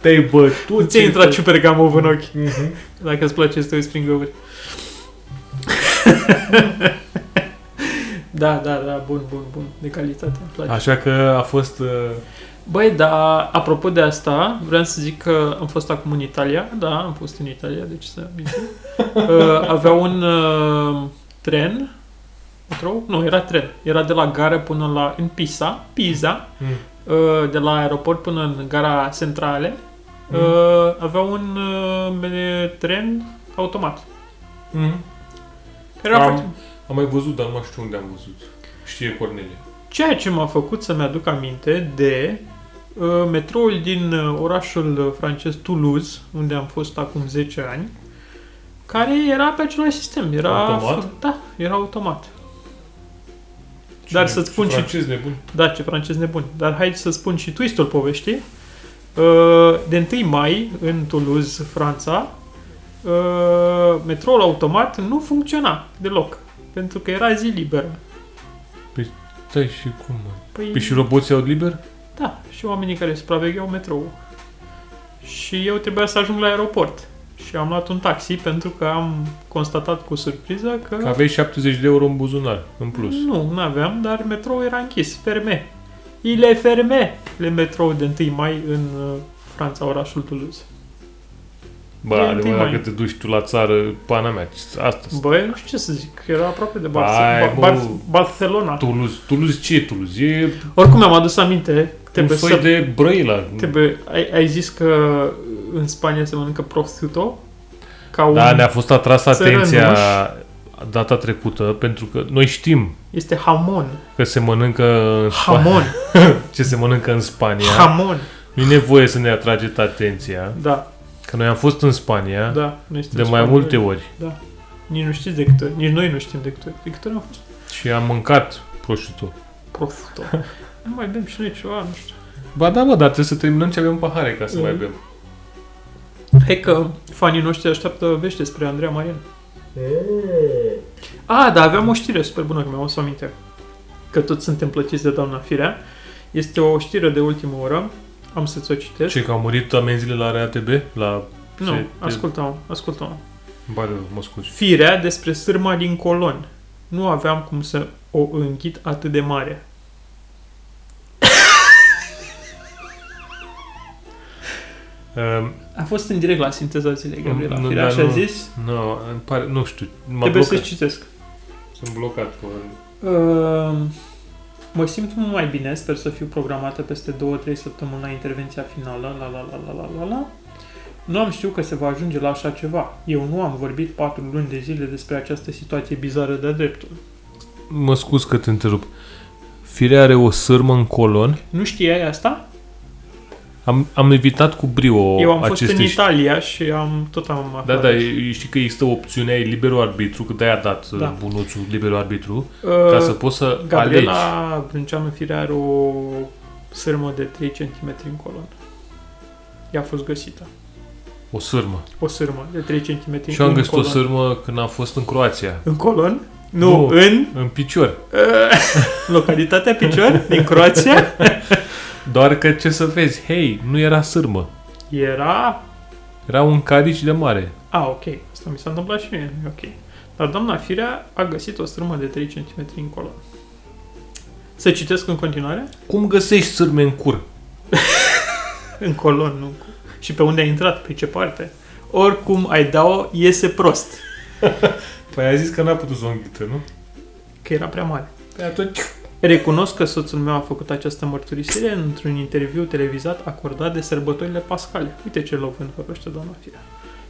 Te-ai bătut?
Nu ți-a
ce-ai
intrat
făcut?"
ciuperca mov în ochi.
Mhm.
Dacă îți place să te uiți prin găuri. da, da, da, bun, bun, bun. De calitate, îmi place.
Așa că a fost... uh,
Băi, da, apropo de asta, vreau să zic că am fost acum în Italia. Da, am fost în Italia, deci să mințim. Uh, avea un uh, tren, metrou? Nu, era tren. Era de la gară până la, în Pisa, Pisa,
Mm.
uh, de la aeroport până în gara centrale. Uh, avea un uh, mele- tren automat.
Mhm.
Care era
Am-
foarte...
Am mai văzut, dar nu mai știu unde am văzut. Știe Cornelia.
Ceea ce m-a făcut să-mi aduc aminte de uh, metroul din uh, orașul uh, francez Toulouse, unde am fost acum 10 ani, care era pe același sistem. Era
Automat?
Da, era automat. Dar să-ți spun și-
francez nebun.
Da, ce francez nebun. Dar hai să spun și twistul poveștii. Uh, De 1 mai, în Toulouse, Franța, uh, metroul automat nu funcționa deloc. Pentru că era zi liberă.
Stai și cum, mă?
Păi...
Păi și roboții au liber?
Da, și oamenii care supravegheau metrou. Și eu trebuia să ajung la aeroport. Și am luat un taxi pentru că am constatat cu surpriză că...
Că aveai 70 de euro în buzunar, în plus.
Nu, nu aveam, dar metrou era închis, ferme. Ile ferme! Le metrou de 1 mai în uh, Franța, orașul Toulouse.
Bă,
E
adevărat
întâi
că te duci tu la țară, pana mea, ce- asta
Băi, nu știu ce să zic, era aproape de
Hai,
Barcelona.
bă.
Bar- Barcelona.
Toulouse, Toulouse ce e Toulouse? E
Oricum mi-am adus aminte,
un
trebuie
soi
să...
de brăila.
Trebuie... Ai, ai zis că în Spania se mănâncă prosciutto? Ca un...
Da, ne-a fost atrasă
țărănuș.
atenția data trecută, pentru că noi știm
Este hamon.
că se mănâncă în Spa-
Hamon.
ce se mănâncă în Spania.
Hamon.
Nu e nevoie să ne atrageți atenția,
Da,
că noi am fost în Spania
da. Nu este
de mai
spaniol.
multe ori.
Nici nu știți de câte ori. Nici noi nu știm de câte ori. De câte ori am fost?
Și am mâncat prosciutto.
Profută. Nu mai bem și noi ceva, nu știu.
Ba da, mă, dar trebuie să terminăm ce avem în pahare ca să mai
Mhm.
bem.
Hai că fanii noștri așteaptă vești despre Andreea Marian. Mm. A, da, aveam o știre super bună, că mi-am adus aminte. Că toți suntem plătiți de doamna Firea. Este o știre de ultimă oră. Am să ți-o citesc.
Ce, că au murit amenziile la RATB? La...
Nu,
se-
ascultă-mă, ascultă-mă.
Ba, da, mă scuzi.
Firea despre sârma din colon. Nu aveam cum să o închid atât de mare.
Um,
A fost în direct la sinteza zilei, Gabriela.
Mm, Nu,
Firea
dar
și a
nu.
zis,
nu, îmi pare, nu știu, m-a
trebuie
blocat.
să citesc.
Sunt blocat cu...
Uh, mă simt mult mai bine, sper să fiu programată peste 2-3 săptămâni la intervenția finală, la la la la la la la. Nu am știut că se va ajunge la așa ceva. Eu nu am vorbit 4 luni de zile despre această situație bizară de dreptul.
Mă scuz că te întrerup. Firea are o sârmă în colon.
Nu știai asta?
Am, am evitat cu brio
Eu am fost
aceste
în
știri.
Italia și am tot am
Da,
aflat
da,
aici.
e- știi că există opțiunea, e liberul arbitru, că de-aia a dat
Da.
da. bunuțul liberul arbitru,
Uh,
ca să poți să alegi.
Gabriela Brânceanu Firea are o sârmă de 3 cm în colon. Ea a fost găsită.
O sârmă.
O sârmă de 3 cm
Și eu am
în
găsit o
colon.
sârmă când am fost în Croația.
În colon? Nu,
Nu.
în uh,
În picior.
localitatea Picior din Croația.
Doar că ce să vezi, hei, nu era sârmă.
Era...
Era un cadici de mare.
A, ok. Asta mi s-a întâmplat și mie. E Ok. Dar doamna Firea a găsit o strâmă de 3 cm în colon. Să citesc în continuare?
Cum găsești sârme în cur?
În colon, nu. Și pe unde ai intrat? Pe ce parte? Oricum ai da-o, iese prost.
Păi a zis că n-a putut să o înghită, nu?
Că era prea mare.
Păi atunci...
Recunosc că soțul meu a făcut această mărturisire într-un interviu televizat acordat de sărbătorile pascale. Uite ce loc înfăpăște doamna Firea.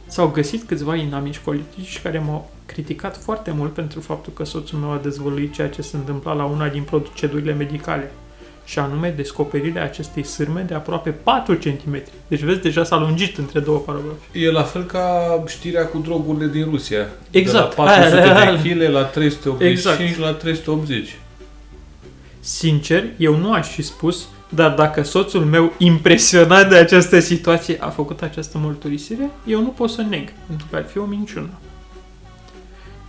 S-au găsit câțiva inamici politici care m-au criticat foarte mult pentru faptul că soțul meu a dezvăluit ceea ce se întâmpla la una din procedurile medicale și anume descoperirea acestei sârme de aproape 4 cm. Deci vezi, deja s-a lungit între două paragrafe.
E la fel ca știrea cu drogurile din Rusia.
Exact.
De la 400
Aia, aia, aia.
de kg la 385
Exact.
exact. la 380.
Sincer, eu nu aș fi spus, dar dacă soțul meu, impresionat de această situație, a făcut această mărturisire, eu nu pot să neg, pentru că ar fi o minciună.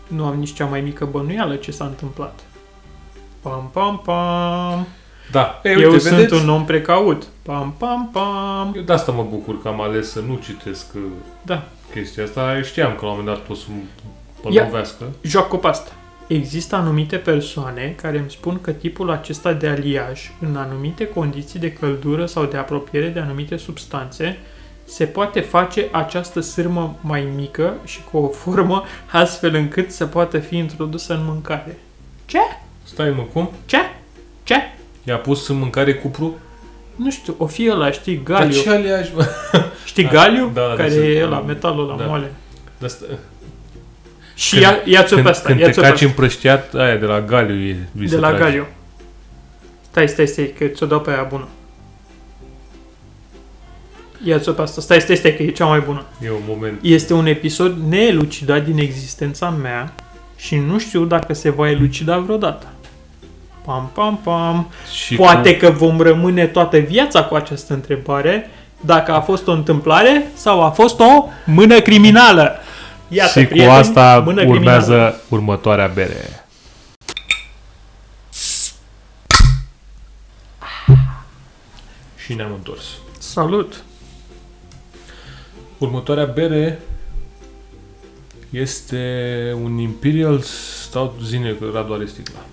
Nu am nici cea mai mică bănuială ce s-a întâmplat. Pam, pam, pam.
Da. Ei,
eu sunt un om precaut. Pam, pam, pam.
Eu de asta mă bucur că am ales să nu citesc uh,
Da.
chestia asta. Știam că la un moment dat o să mă
Ia.
lovească.
Joacă pe asta. Există anumite persoane care îmi spun că tipul acesta de aliaj, în anumite condiții de căldură sau de apropiere de anumite substanțe, se poate face această sârmă mai mică și cu o formă astfel încât să poată fi introdusă în mâncare. Ce?
Stai mă, cum?
Ce? Ce?
I-a pus în mâncare cupru?
Nu știu, o fi ăla, știi,
Dar
Galiu.
ce aliaj, mă?
Știi
Da,
Galiu?
da, da,
care
sunt-
e la metalul ăla
da.
moale.
Dar stă-
Și
Când-
ia, ia-ți-o
Când,
pe asta,
când te
ia-ți-o pe
caci
asta.
împrăștiat, aia de la Galiu e vi
De
se
la
trage.
Galiu. Stai, stai, stai, că ți-o dau pe aia bună. Ia ți-o pe asta. Stai, stai, stai, că e cea mai bună.
E un moment.
Este un episod neelucidat din existența mea și nu știu dacă se va elucida vreodată. Pam, pam, pam.
Și
Poate
cu...
că vom rămâne toată viața cu această întrebare dacă a fost o întâmplare sau a fost o mână criminală. Iată,
și cu
prieteni,
asta
mână
urmează
criminală.
următoarea bere. Și ne-am întors.
Salut!
Următoarea bere este un Imperial Stout zine că Radu are sticla.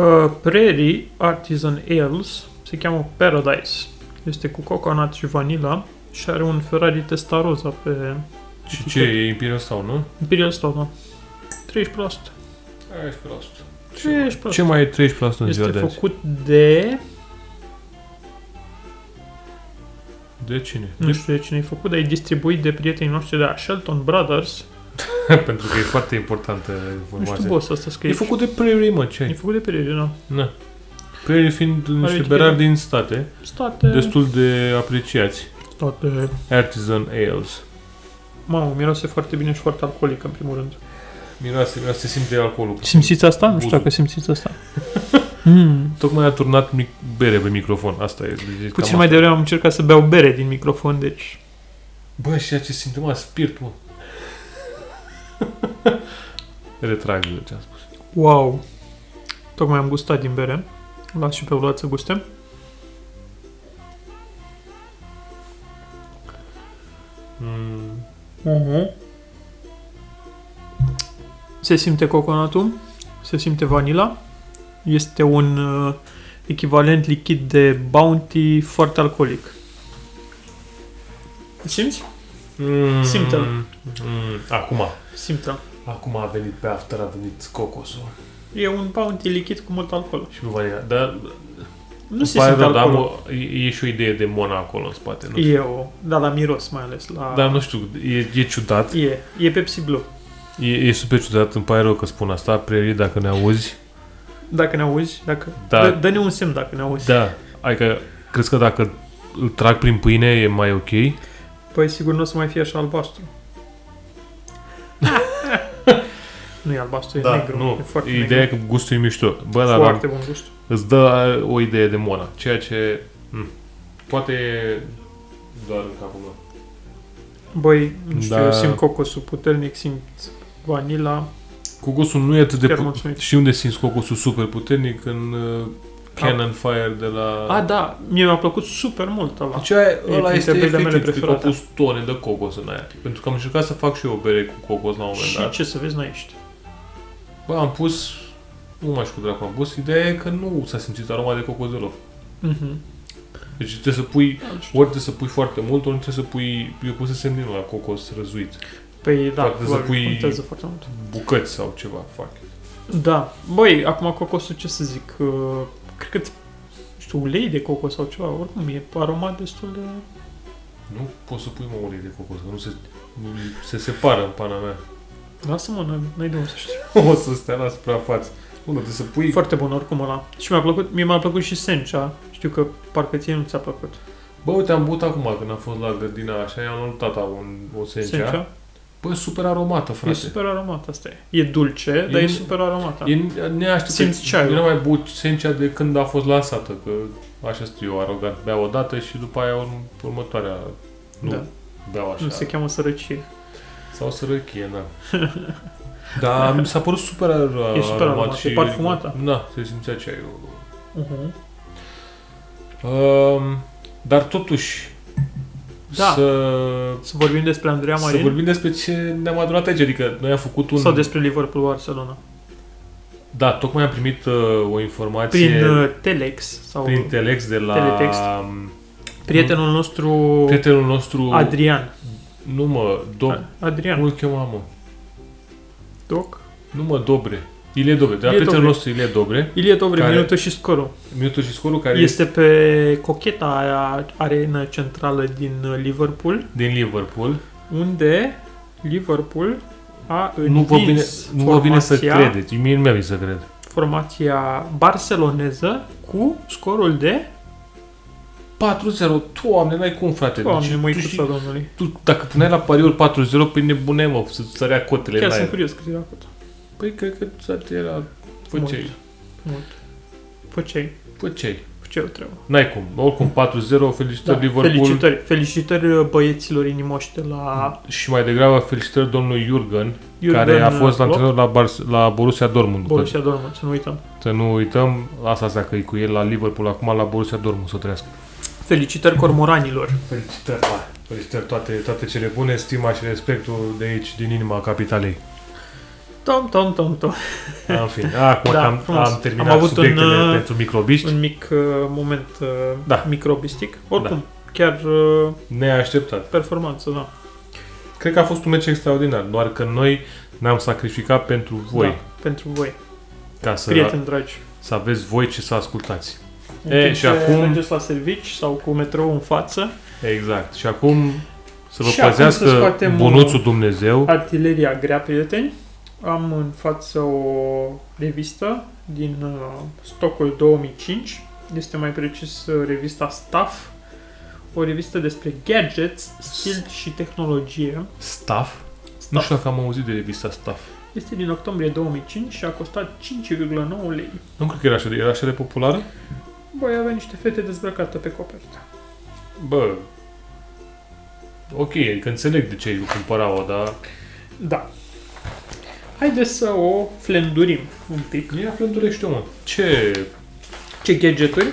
Uh, Prairie Artisan Ales se cheamă Paradise. Este cu coconut și vanila și are un Ferrari Testarossa pe
Și ce e Imperial Stout, nu?
Imperial Stout, da. 13%.
13%. Ce,
13%.
ce mai e 13% în
Este
ziua de azi?
făcut de...
De cine?
Nu știu de cine e făcut, dar e distribuit de prietenii noștri de la Shelton Brothers.
Pentru că e foarte importantă
Nu știu,
informația.
boss, asta scrie.
E făcut de Prairie, mă, ce
E
ai?
făcut de Prairie, da.
Na. Prairie fiind niște
eticheta.
berari din state,
State...
destul de apreciați.
State...
Artisan Ales.
Mamă, miroase foarte bine și foarte alcoolic, în primul rând.
Miroase, miroase, se simte alcoolul.
Simțiți asta? Nu
Buzul.
știu dacă simțiți asta. Mm.
Tocmai a turnat mic- bere pe microfon. Asta e. deci cam
Puțin mai
asta.
devreme am încercat să beau bere din microfon, deci...
Bă, și ceea ce simte, mă, spirit, mă. Retrag eu ce am spus.
Wow! Tocmai am gustat din bere. Las și pe ulat să guste.
Mm,
Uh-huh. Se simte coconatul, se simte vanila. Este un uh, echivalent lichid de bounty foarte alcoolic. Simți?
mm,
Simte-l.
Mm, acum.
Simtă.
Acum a venit pe after, a venit cocosul
E un bounty lichid cu mult alcool.
și pe vanila. Dar
Nu se
Pare
simte
rău, dar
alcool.
mă, e, e și o idee de mona acolo în spate. Nu?
E o... Da, la miros mai ales. La...
Dar nu știu, e, e ciudat.
E. E Pepsi Blue.
E, e super ciudat, îmi pare rău că spun asta. Prerie, dacă ne auzi,
Dacă ne auzi, dacă...
Da.
Dă- Dă-ne un semn dacă ne auzi.
da. Adică, crezi că dacă îl trag prin pâine e mai ok?
Păi sigur nu o să mai fie așa albastru. nu e albastru, e negru.
nu.
e foarte
Ideea e
negru.
că gustul e mișto. Bă, dar am-
foarte bun gust.
îți dă o idee de mona, ceea ce... Hm. Poate e doar în capul meu.
Băi, nu știu,
Da.
da. eu simt cocosul puternic, simt vanila,
Cocosul nu e atât de...
chiar
Pu-
mulțumit.
și unde simți cocosul super puternic? În uh, Cannon Fire de la...
A, da, mie mi-a plăcut super mult ăla.
Deci aia,
E
ăla este
printre
efectiv,
berile mele
pentru că au
preferate.
pus tone de cocos în aia. Pentru că am încercat să fac și eu o bere cu cocos la un moment da?
Și
dat.
ce să vezi, n-ai ești.
Bă, am pus... Nu mai știu cu dracu am pus. Ideea e că nu s-a simțit aroma de cocos deloc.
Mhm.
Deci trebuie să pui...
Da, nu știu.
Ori trebuie să pui foarte mult, ori trebuie să pui... Eu pus să semnin la cocos răzuit.
Păi da,
Poate să
probabil
pui-
contează foarte mult.
Bucăți sau ceva fac.
Da, băi, acum cocosul, ce să zic, uh, cred că, nu știu, ulei de cocos sau ceva, oricum, e aromat destul de...
Nu poți să pui mă ulei de cocos, că nu se, nu se separă în pana mea.
Lasă-mă, n- n-ai de unde să știi.
O să stea la suprafață. Nu, dar trebuie să pui...
Foarte bun oricum ăla. Și mi-a plăcut, mie mi-a plăcut și Sencea. Știu că parcă ție nu ți-a plăcut.
Bă, uite, am băut acum când am fost la grădina așa, i-am luat tata un, o sencea.
Sencea
Bă, super aromată,
e
frate.
super aromat, asta e. E dulce, e, dar e super aromat.
E neașteptat.
Simți ceaiul.
Eu n-am mai băut sencea de când a fost lansată, că așa știu eu, arogant. Bea o dată și după aia urm- următoarea. Nu
Da.
beau așa.
Nu se cheamă sărăcie.
Sau sărăchie, da. Dar mi s-a părut super aromat.
E super aromat, e
și...
parfumată.
Da, se simțea ceaiul.
Uh-huh.
Um, dar totuși,
Da.
să,
Să vorbim despre Andreea
să
Marin
vorbim despre ce ne-am adunat aici. Adică noi am făcut un...
sau despre Liverpool Barcelona.
Da, tocmai am primit uh, o informație
Prin uh, Telex sau
prin Telex de la
Teletext. prietenul nostru
prietenul nostru...
Adrian.
Nu mă, Dob...
A- Adrian.
Cum îl chema, mă?
Doc.
Nu mă, Dobre. Ilie Dobre. De la
Ilie
prietenul
Dobre.
nostru Ilie Dobre.
Ilie Dobre,
Care-
minutul și scorul.
Minutul și scorul care este
Este pe cocheta aia, arenă centrală din uh, Liverpool.
din Liverpool.
unde Liverpool a învins
Nu vă vine, nu vă vine să
formația-
credeți. Mie nu mi-a venit să cred.
Formația barceloneză cu scorul de...
4-0. Doamne, n-ai cum, frate.
Doamne,
deci, tu,
măicuța
și,
domnului.
tu, dacă puneai la pariuri 4-0, păi nebuneai, mă, să sărea cotele
Chiar
în
sunt
aer.
curios cât era acolo.
Păi cred că frate, era... Făceai.
Mult. Făceai.
Făceai.
Făceai o treabă.
N-ai cum. Oricum, 4-0, felicitări Liverpool.
Da, felicitări, felicitări uh, băieților inimoși de la
Și mai degrabă felicitări domnului Jurgen,
Jurgen
care a fost
Klopp,
antrenor la, Bar- la Borussia Dortmund. Deci,
Borussia Dortmund, să nu uităm.
Să nu uităm, asta dacă e cu el la Liverpool, acum la Borussia Dortmund să trăiască.
Felicitări cormoranilor.
Felicitări, da. Felicitări toate, toate cele bune, stima și respectul de aici, din inima capitalei.
Tom, tom, tom, tom.
În fine, acum
Da,
că am,
frumos.
am terminat
Am avut
subiectele
un, uh,
pentru microbiști.
Un mic uh, moment uh,
Da.
microbistic. Oricum, chiar uh,
Neașteptat.
performanță, da.
Cred că a fost un meci extraordinar, doar că noi ne-am sacrificat pentru voi,
Da, pentru voi.
ca să,
Prieteni dragi.
să aveți voi ce să ascultați.
În
E,
timp
și
ce
acum-
mergeți la servici sau cu metrou în față,
Exact. Și acum să vă
Și acum să
păzească
scoatem
bunuțul Dumnezeu.
artileria grea, prieteni. Am în față o revistă din uh, stocul 2005. Este mai precis uh, revista Staff. O revistă despre gadgets, skill și tehnologie.
Staff? Nu
Staff.
știu dacă am auzit de revista Staff.
Este din octombrie 2005 și a costat 5,9 lei.
Nu cred că era așa de, era așa de populară.
Băi, avea niște fete dezbrăcate pe copertă.
Bă, ok, adică înțeleg de ce îl cumpărau, dar
Da. Haideți să o flendurim un pic.
Ia flândurește, mă. Ce?
Ce gadgeturi?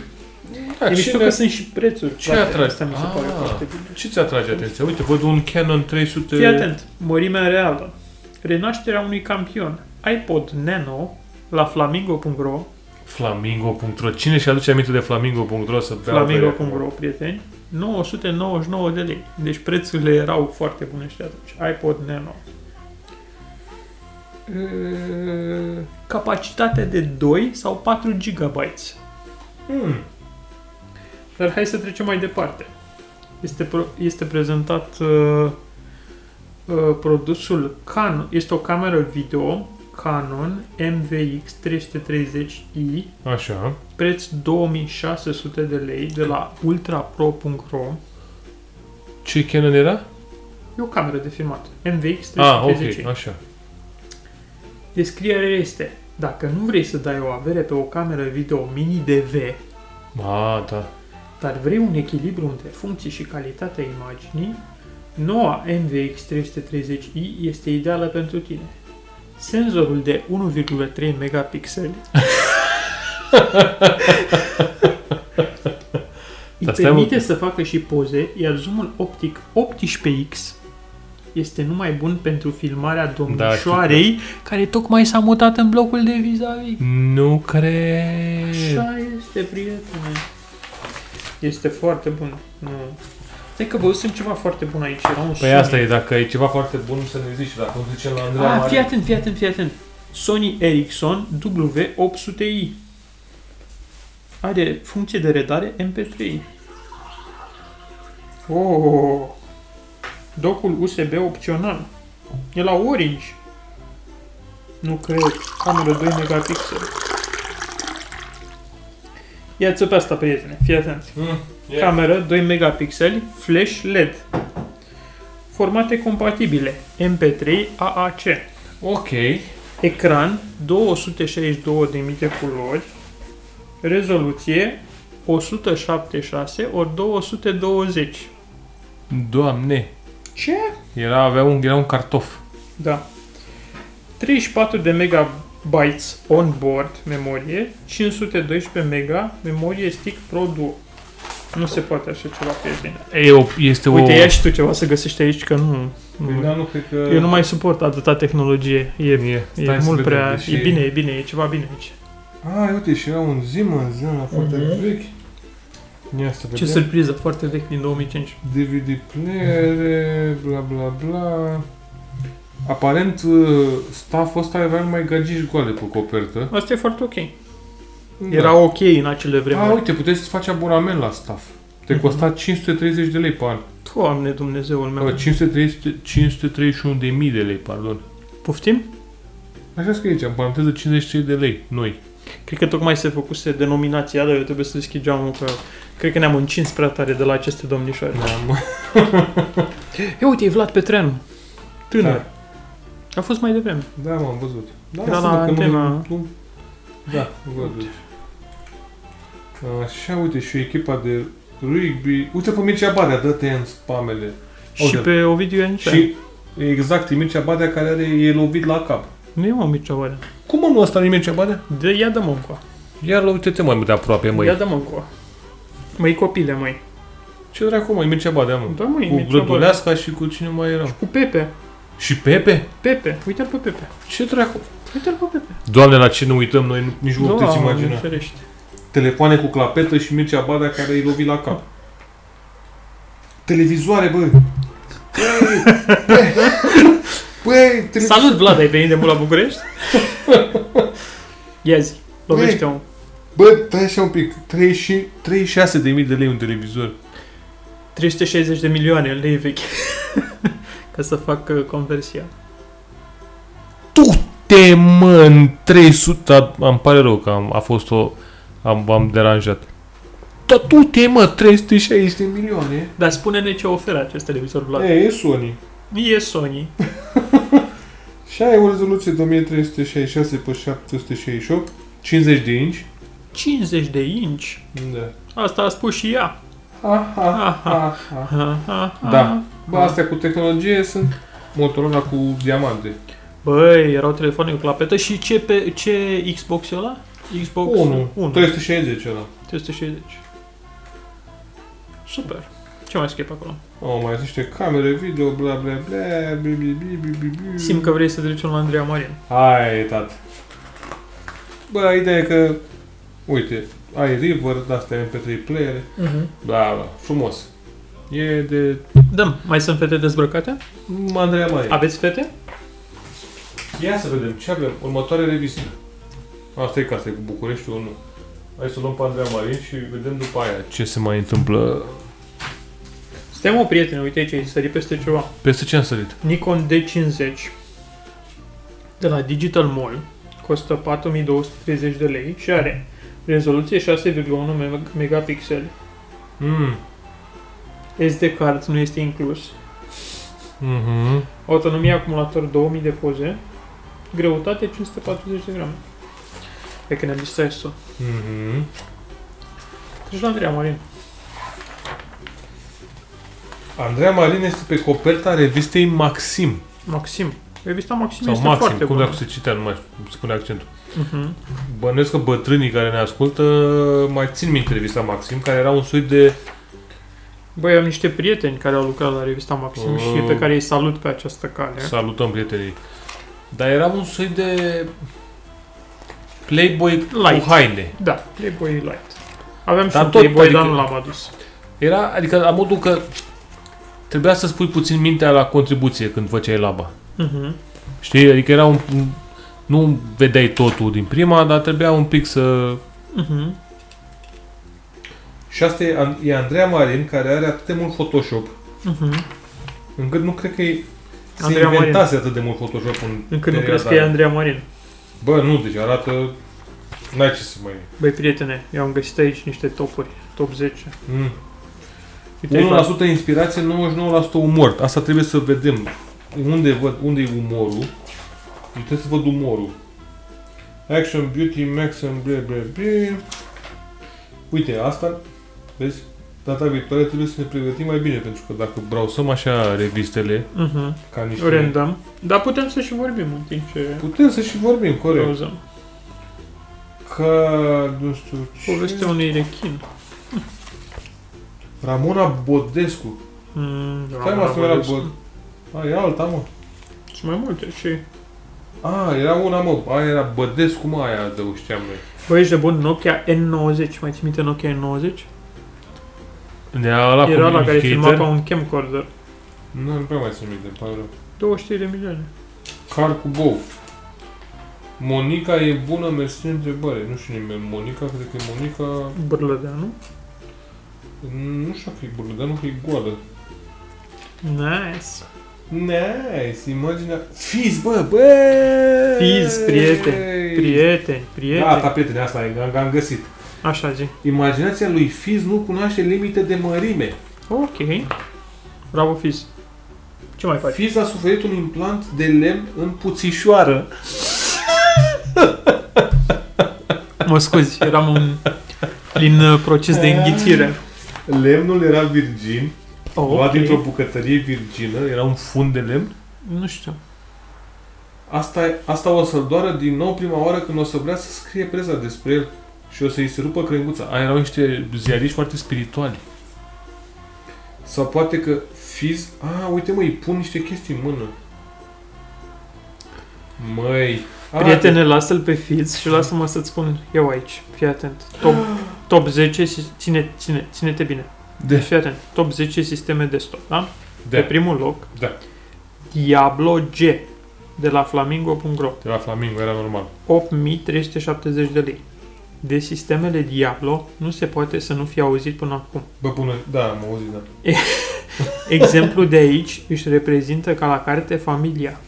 Da,
e mișto
ce,
că sunt și prețuri.
ce
la
atrage?
Asta mi se pare
Ah.
foarte bine.
ce ți atrage atenția? Uite, văd un Canon 300...
Fii atent. Mărimea reală. Renașterea unui campion. iPod Nano la flamingo.ro
Flamingo.ro. Cine și aduce aminte de Flamingo.ro să
Da,
bea
flamingo.ro, prieteni. 999 de lei. Deci prețurile erau foarte bune și de atunci. iPod Nano. E, Capacitatea de 2 sau 4 GB.
Hmm.
Dar hai să trecem mai departe. Este, pro- este prezentat uh, uh, produsul Canon. Este o cameră video Canon MVX 330i,
Așa.
preț 2600 de lei de la ultrapro.ro.
Ce Canon era?
E o cameră de filmat. MVX 330i.
Ah, ok, așa.
Descrierea este dacă nu vrei să dai o avere pe o cameră video mini DV,
Ah, da.
dar vrei un echilibru între funcții și calitatea imaginii, noua MVX 330i este ideală pentru tine. Senzorul de 1,3 megapixeli îi
Dar stai, mă,
permite să facă și poze, iar zoomul optic 18x este numai bun pentru filmarea
Da,
domnișoarei care tocmai s-a mutat în blocul de vis-a-vis.
Nu cred.
Așa este, prietene. Este foarte bun. Nu. Stai că văzusem ceva foarte bun aici. Era un
Păi asta e, dacă e ceva foarte bun să ne zici, și dacă nu zicem la Andreea
Ah,
Mare.
fii atent, fii atent, fii atent. Sony Ericsson W800i. Are funcție de redare MP3. Oh. Docul USB opțional. E la Orange. Nu cred. Cameră 2 megapixeli. Ia-ți pe asta, prietene. Fii atent.
Mm, ia.
Cameră 2 megapixeli, flash LED. Formate compatibile MP3 AAC.
Ok.
Ecran 262 de mii de culori. Rezoluție 176 ori 220.
Doamne.
Ce?
Era, avea un, era un cartof.
Da. 34 de megabytes on-board memorie, 512 mega memorie stick Pro Duo. Nu se poate așa ceva, prieteni.
E o, este o...
Uite, ia și tu ceva să găsești aici, că nu... nu.
Da, nu cred că...
Eu nu mai suport atâta tehnologie. E, e,
deci E,
e mult prea... E bine, e bine, e ceva bine aici.
Ah, uite, și era un Zima, Zima foarte
Mhm.
vechi. Ia să
Ce
vedem.
surpriză, foarte vechi din 2005.
DVD player, bla bla bla. Aparent, uh, stafful ăsta avea numai gagici goale pe copertă.
Asta e foarte ok.
Da.
Era ok în acele
Ah,
vremuri.
uite, puteți să faci abonament la staff. Te
Mhm.
costa 530 de lei pe an.
Doamne Dumnezeul meu.
Uh, 530, 531 de mii de lei, pardon.
Poftim?
Așa scrie aici, în paranteză 53 de lei, noi.
Cred că tocmai se făcuse denominația, dar eu trebuie să deschid geamul că... Cred că ne-am încins prea tare de la aceste domnișoare.
Da, mă.
Ia uite, e Vlad Petreanu. Tânăr. A fost mai devreme.
Da, m-am văzut. Da,
Era
să
la
văd că
antena.
Nu, nu, da, văd. aici. Așa, uite, și echipa de rugby. Uite pe Mircea Badea, dă-te în spamele.
Și
da.
pe Ovidiu Ianicea.
Și e exact, e Mircea Badea care are, e lovit la cap.
Nu e mă Mircea Oare.
Cum mă, nu ăsta nu e Mircea Badea?
De, ia dă-mă încoa.
Iar uite-te mai de aproape,
Ia
măi.
dă-mă încoa. Măi copile, măi.
Ce dracu, mă, e Mircea Badea, mă.
Da, măi,
Cu
Mircea Oare.
Grăduleasca și cu cine mai era.
Cu Pepe.
Și Pepe?
Pepe. Uite-l pe Pepe.
Ce dracu? Da,
Uite-l pe Pepe.
Doamne, la ce ne uităm noi, nu- nici nu vă puteți
Doamne,
imagina.
ferește.
Telefoane cu clapetă și Mircea Badea care îi lovi la cap. Televizoare, bă! Băi! Băi! Băi! televiz-
Salut, Vlad, ai venit de mult la București? Ia zi, lovește om.
Bă, stai așa un pic. 36 36.000 de lei un televizor.
360 de milioane în lei vechi. Ca să fac uh, conversia.
Tu te mă, în 300... a- Îmi pare rău că am, a fost o... Am, am deranjat. Dar tu te mă, 360 de milioane. Da.
Dar spune-ne ce oferă acest televizor, Vlad.
E, e Sony.
E Sony.
Și ai o rezoluție de 1366 pe 768, 50 de inci.
50 de inci?
Da.
Asta a spus și ea.
Aha, aha,
Ah,
aha. Da. Bă, astea cu tehnologie sunt Motorola cu diamante.
Băi, erau telefoane cu clapetă și ce, pe, ce Xbox e ăla? Xbox
1,
1.
360 ăla.
360. Super. Ce mai scrie pe acolo?
Oh, mai sunt niște camere video, bla bla bla, bi bi bi bi bi bi.
Simt că vrei să trecem la Andreea Marin.
Hai, tat. Bă, ideea e că, uite, ai River, asta e MP3 player,
Uh-huh.
bla bla, frumos. E de
Dăm. Mai sunt fete dezbrăcate?
Andreea Maria.
Aveți fete?
Ia să vedem ce avem. Următoarea revistă. Asta e casa, e cu Bucureștiul 1. Hai să o luăm pe Andreea Marin și vedem după aia ce se mai întâmplă.
Stai mă, prietene, uite aici, ai sărit peste ceva.
Peste ce am sărit?
Nikon D50 de la Digital Mall costă 4230 de lei și are rezoluție 6,1 me- megapixeli.
Mm.
SD card nu este inclus.
Mm-hmm.
Autonomie acumulator 2000 de poze. Greutate 540 de grame. Pe când am distresul.
Mm-hmm.
Deci la Andreea Marin.
Andreea Marin este pe coperta revistei Maxim.
Maxim. Revista Maxim
Sau
este foarte
Maxim, cum
bună.
dacă se citea, nu mai știu cum se pune accentul.
Mhm.
Bănuiesc că bătrânii care ne ascultă mai țin minte revista Maxim, care era un soi de...
Băi, am niște prieteni care au lucrat la revista Maxim
Mm.
și pe care îi salut pe această cale.
Salutăm prietenii. Dar era un soi de... Playboy
Light.
cu haine.
Da, Playboy Light. Aveam și
Dar
un
tot,
Playboy,
adică-
dar nu l-am adus.
Era, adică, la modul că trebuia să spui puțin mintea la contribuție când făceai laba.
Mhm.
Știi? Adică era un... Nu vedeai totul din prima, dar trebuia un pic să...
Mhm.
Și asta e, An- e Andreea Marin, care are atât de mult Photoshop,
Mhm.
încât nu cred că e... Se
Andreea Marin.
inventase atât de mult Photoshop în
Încă nu
perioada
crezi că e
aia.
Andreea Marin.
Bă, nu, deci arată... N-ai ce să mai...
Băi, prietene, eu am găsit aici niște topuri. Top 10.
Mm.
Uite aici, la-
1% inspirație, 99% umor. Asta trebuie să vedem. Unde văd, unde e umorul? Eu trebuie să văd umorul. Action, beauty, max and ble, ble, ble. Uite, asta, vezi, data viitoare trebuie să ne pregătim mai bine, pentru că dacă brausăm așa revistele,
Mhm.
ca niște...
Random. Dar putem să și vorbim în timp ce
Putem să și vorbim, corect.
pauzăm.
Că, nu știu ce...
Povestea unui rechin.
Ramona Bodescu.
Mm,
Stai mă,
Ramona
asta nu era
Bădescu.
Bod... A, e alta, mă.
Sunt mai multe și...
A, era una, mă, aia era Bădescu, mă, aia de o știam noi.
Băi, ești de bun Nokia N90. Mai ții minte Nokia N90?
Era ăla
Era
cu
la care
indicator?
filma ca un camcorder.
Nu, nu prea mai sunt minte, îmi pare rău.
23 de milioane.
Car cu bou. Monica e bună, mersi întrebare. Nu știu nimeni. Monica, cred că e Monica...
Bârlădeanu.
Nu știu că e bună, dar nu că e goală.
Nice.
Nice, imaginea... Fiz, bă, bă!
Fiz, prieten, Prieteni, prieteni.
Gata, prieteni, asta e, am, am găsit.
Așa zic.
Imaginația lui Fiz nu cunoaște limite de mărime.
Ok. Bravo, Fiz. Ce mai faci?
Fiz a suferit un implant de lemn în puțișoară.
Mă scuzi, eram un... Prin uh, proces de înghițire.
Lemnul era virgin,
Oh,
Luat dintr-o bucătărie virgină, era un fund de lemn.
Nu știu.
Asta, asta o să-l doară din nou prima oară când o să vrea să scrie preza despre el și o să-i se rupă crenguța. Aia erau niște ziariști foarte spirituali. Sau poate că fiz... A, uite mă, îi pun niște chestii în mână. Măi... A,
Prietene, lasă-l pe Fiz și lasă-mă să-ți spun eu aici. Fii atent. Top, top 10, si- ține, ține, ține-te bine.
De,
Fii atent. Top 10 sisteme desktop, da?
de,
Pe primul loc,
Da.
Diablo G de la flamingo.ro.
de la Flamingo, era normal.
8370 de lei. De sistemele Diablo nu se poate să nu fie auzit până acum.
Bă, bună, da, am auzit, da.
Exemplu de aici își reprezintă ca la carte familia.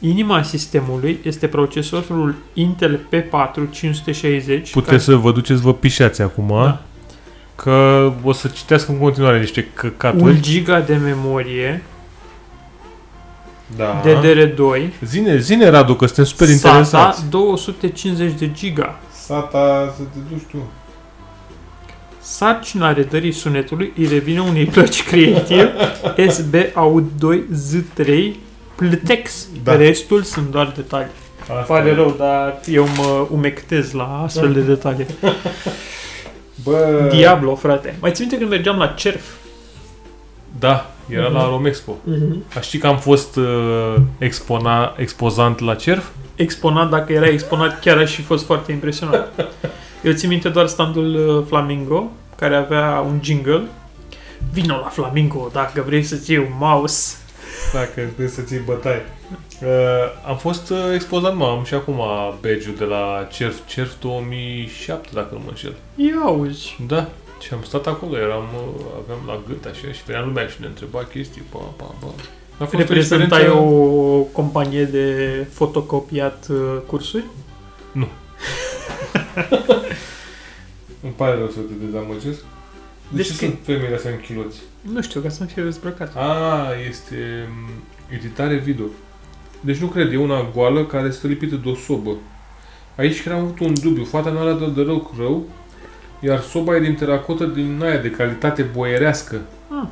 Inima sistemului este procesorul Intel P4 560. care-
Puteți să vă duceți, vă pișați acum,
Da.
că o să citească în continuare niște căcaturi.
1 giga de memorie,
Da.
DDR2,
Zine, zine, Radu, că suntem super interesați.
250 de giga.
Sata să te duci tu.
Sarcina redării sunetului îi revine unei plăci creativ SB Aud 2 Z3 Pltex.
Da.
Da. Restul sunt doar detalii. Pare rău, dar eu mă umectez la astfel de detalii.
Bă,
Diablo, frate. Mai ții minte când mergeam la cerf?
Da, era la
Mhm.
Romexpo. A ști că am fost uh, expona, expozant la cerf?
Exponat, dacă era exponat, chiar aș fi fost foarte impresionat. Eu țin minte doar standul uh, Flamingo, care avea un jingle. Vino la Flamingo dacă vrei să-ți iei un mouse.
Dacă trebuie să ții bătaie.
Uh, am fost uh, expozant, mă, am și acum badge-ul de la CERF, CERF 2007, dacă nu mă înșel.
Ia uzi.
Da, și am stat acolo, eram, uh, aveam la gât așa și venea lumea și ne întreba chestii, pa, pa, pa. A fost o
Reprezentai
experiență-
o companie de fotocopiat uh, cursuri?
Îmi pare rău să te dezamăgesc. De
Deci
ce
că-
sunt femeile astea în chiloți?
Nu știu, ca să nu fie dezbrăcat.
A, Ah, este mm, editare video. Deci nu cred, e una goală care stă lipită de o sobă. Aici chiar am avut un dubiu. Fata nu arată de rău cu rău, iar soba e din teracotă din aia de calitate boierească.
Ah.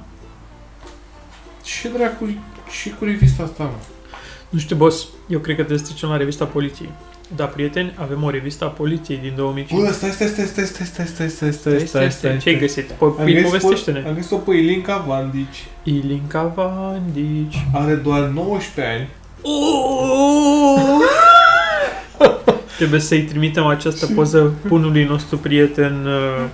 Ce dracu, ce cu revista asta, mă?
Nu știu, boss, eu cred că trebuie să trecem la revista poliției. Da, prieteni, avem o revistă a poliției din 2005.
Bă, stai, stai, stai, stai, stai, stai, stai, stai,
Stai,
stai,
stai, stai. Ce-ai găsit? Po- Pui, povestește-ne.
Am găsit-o pe Ilinca Vandici.
Ilinca Vandici.
Are doar 19 ani.
Trebuie să-i trimitem această poză bunului nostru prieten uh,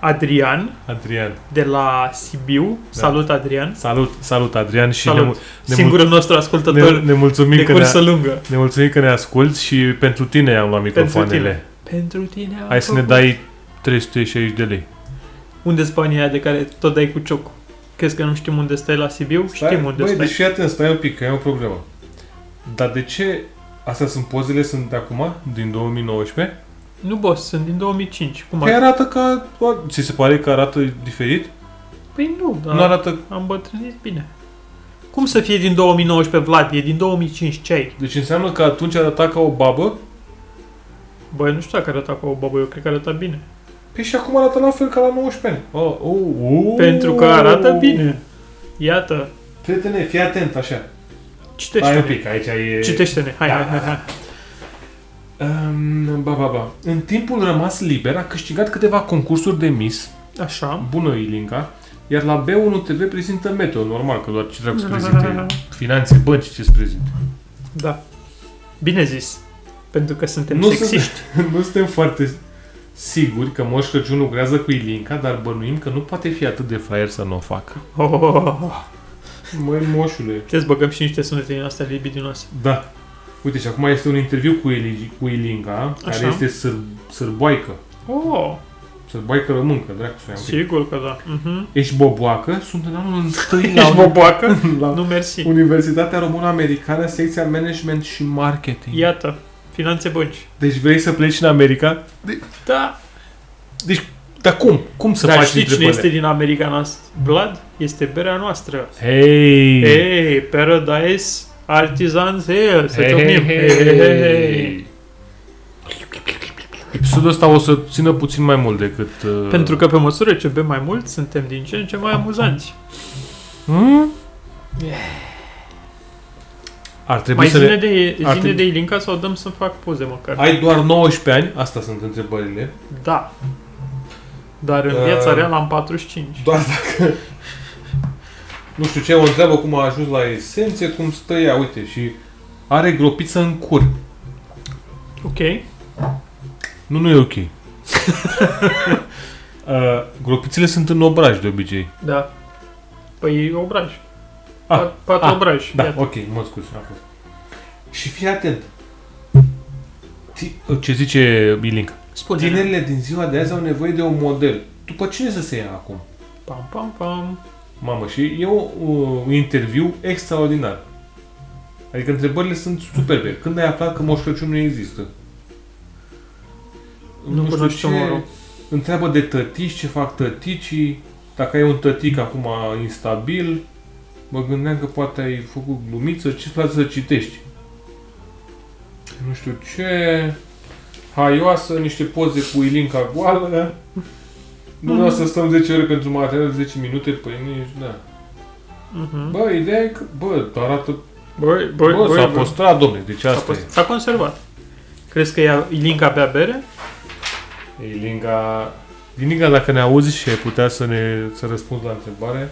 Adrian
Adrian.
de la Sibiu. Salut, Adrian!
Salut, salut Adrian și
Salut!
ne
Singurul nostru ascultător
ne mulțumim
de cursă lungă.
ne mulțumim că ne asculti și pentru tine am luat
microfoanele. Pentru tine am făcut.
360 de lei.
Unde-s banii aia de care tot dai cu ciocul? Crezi că nu știm unde stai la Sibiu?
Stai,
Știm unde
băi,
stai.
deci fii atent, stai un pic, că e o problemă.
Dar de ce astea sunt pozele sunt de acum, din 2019?
Nu, boss, sunt din 2005. Cum
Mai
ar...
arată ca... bă, Ți se pare că arată diferit?
Păi nu, dar
Nu arată...
am bătrânit bine. Cum să fie din 2019, Vlad? E din 2005, ce ai?
Deci înseamnă că atunci arăta ca o babă?
Băi, nu știu dacă arăta ca o babă, eu cred că arăta bine.
Păi și acum arată la fel ca la 19 ani. Oh, oh, oh.
Pentru că arată bine. Iată,
Prietene, fii atent, așa.
Stai un
citește-ne.
pic, aici e...
Citește-ne, hai, hai, hai, hai.
Um, ba, ba, ba. În timpul rămas liber a câștigat câteva concursuri de Miss.
Așa.
Bună, Ilinca. Iar la B1 TV prezintă Meteo, normal, că doar ce dracu să prezinte finanțe, bănci, ce să prezinte.
Da. Bine zis. Pentru că suntem
Nu
sexiști.
nu suntem foarte siguri că Moș Crăciun lucrează cu Ilinca, dar bănuim că nu poate fi atât de fraier să nu o facă.
Oh, oh, oh, oh.
Măi, moșule.
Trebuie să băgăm și niște sunete din astea libidinoase.
Da. Uite, și acum este un interviu cu, Ili, cu Ilinca, care
Așa.
este sâr, sârboaică.
Oh,
Sârboaică româncă, dracu să i-am
sigur că da. Mhm.
Ești boboacă? Sunt în anul întâi la,
Ești boboacă?
la
Nu, mersi.
Universitatea Română-Americană, secția Management și Marketing.
Iată, finanțe bănci.
Deci vrei să pleci în America?
Da,
Dar cum? Cum să
dar
faci
știi cine
întrebările?
este din America noastră? Vlad? Este berea noastră.
Hei!
Hey, Paradise Artisans Hell, să ciocnim.
Episodul ăsta o să țină puțin mai mult decât... Uh...
Pentru că pe măsură ce bem mai mult, suntem din ce în ce mai amuzanți.
Hmm? Ar trebui
Mai
să
zine
ne...
de,
ar
zine
trebui-
de Ilinca sau dăm să fac poze măcar.
Ai doar 19 ani? Asta sunt întrebările.
Da. Dar în
Uh,
viața reală am 45.
Doar dacă... Nu știu ce, o întreabă cum a ajuns la esențe, cum stă ea, uite, și are gropiță în cur.
Ok.
Nu, nu e ok. uh, gropițele sunt în obraj de obicei.
Da. Păi obraj.
Ah,
Pat- Patru
ah,
obraj.
Da,
Iată.
ok, mă scuz, a fost. Și fii atent. Ti- uh, Ce zice Bilink?
Spune-ne.
Tinerile din ziua de azi au nevoie de un model. După cine să se ia acum?
Pam, pam, pam.
Mamă, și e o- o- un interviu extraordinar. Adică întrebările sunt superbe. Când ai aflat că Moș Crăciun nu există?
Nu
știu
cunosc
ce-
omorul.
Întreabă de tătici, ce fac tăticii, dacă ai un tătic acum instabil, Mă gândeam că poate ai făcut glumiță, ce-ți place să citești? Nu știu ce... Haioasă, niște poze cu Ilinca goală. Nu vreau să stăm 10 ore pentru material, 10 minute, păi nici, da.
Mhm.
Bă, ideea e că, bă, arată...
Băi,
Păi, Bă,
băi, băi,
s-a
băi.
păstrat, domne, deci
S-a
asta e.
pus- S-a conservat. Crezi că ea Ilinca bea bere?
Ilinca...
Diniga, dacă ne auzi și ai putea să ne să răspunzi la
întrebare.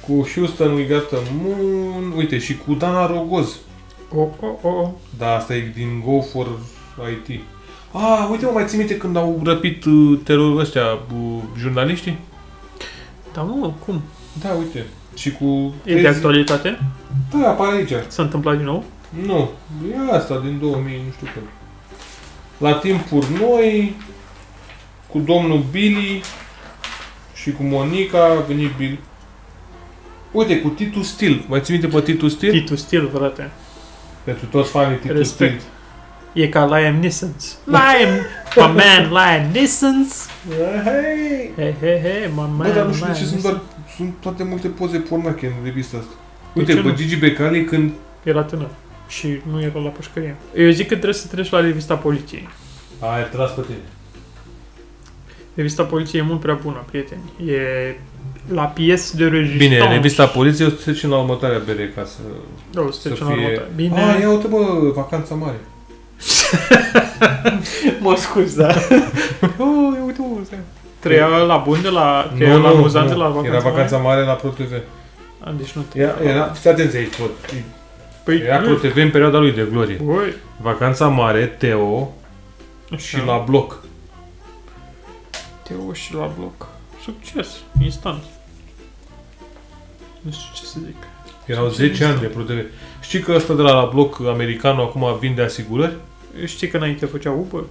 Cu Houston We Got a Moon, uite, și cu Dana Rogoz.
O, o, o, o.
Da, asta e din Go for IT. Ah, uite, mă mai țin minte când au răpit uh, terorul ăștia uh, jurnaliștii?
Dar mă, cum?
Da, uite. Și cu...
E de actualitate?
Da, apare aici.
S-a întâmplat din nou?
Nu, e asta din 2000, nu știu când. La timpuri noi, cu domnul Billy și cu Monica, a venit Bill. Uite, cu Titus Steel. Mai ții minte pe Titus Steel?
Titus Steel, frate.
Pentru toți fanii Titus
Respect.
Steel.
E ca Liam Neeson. Liam! My man, Liam Neeson!
Hei!
He, he, he, my man,
Bă, dar nu știu de
Liam
ce sunt
Neeson.
doar... Sunt toate multe poze pornache în revista asta.
De
Uite,
ce
pe
nu?
Gigi Becali când...
Era tânăr. Și nu era la pușcărie. Eu zic că trebuie să treci la revista poliției.
Ai tras pe tine.
Revista poliției e mult prea bună, prieteni. E la pies de rezistență.
Bine, revista
Poliția o să trece la următoarea bere ca să...
Da, o să Ah,
să
trecem la
fie-
următoare.
Bine.
Bine.
A, ia uite, bă, vacanța mare.
Mă scuz, da.
Oh, uite, mă, stai.
Trăia la bun de la... Trăia la amuzant de la vacanța
Era vacanța mare la ProTV.
mare? A, deci nu te...
Era, era, fiți atenți aici, bă.
Păi,
Era
nu-
Pro TV în perioada lui de glorie.
Băi,
Vacanța mare, Teo
așa.
Da.
și la bloc.
Teo și la bloc. Succes, instant. Nu știu ce să zic.
Erau 10 ani de Pro TV. Știi că ăsta de la, la bloc americanul acum vinde asigurări?
Știi că înainte făcea Uber?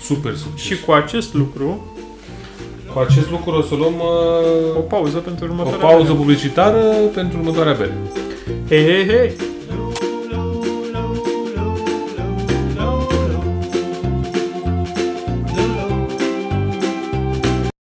Super succes.
Și cu acest lucru,
Cu acest lucru o să luăm
o
uh,
pauză pentru
o
următoarea...
pauză publicitară pentru următoarea bere.
Hei, hei, hei!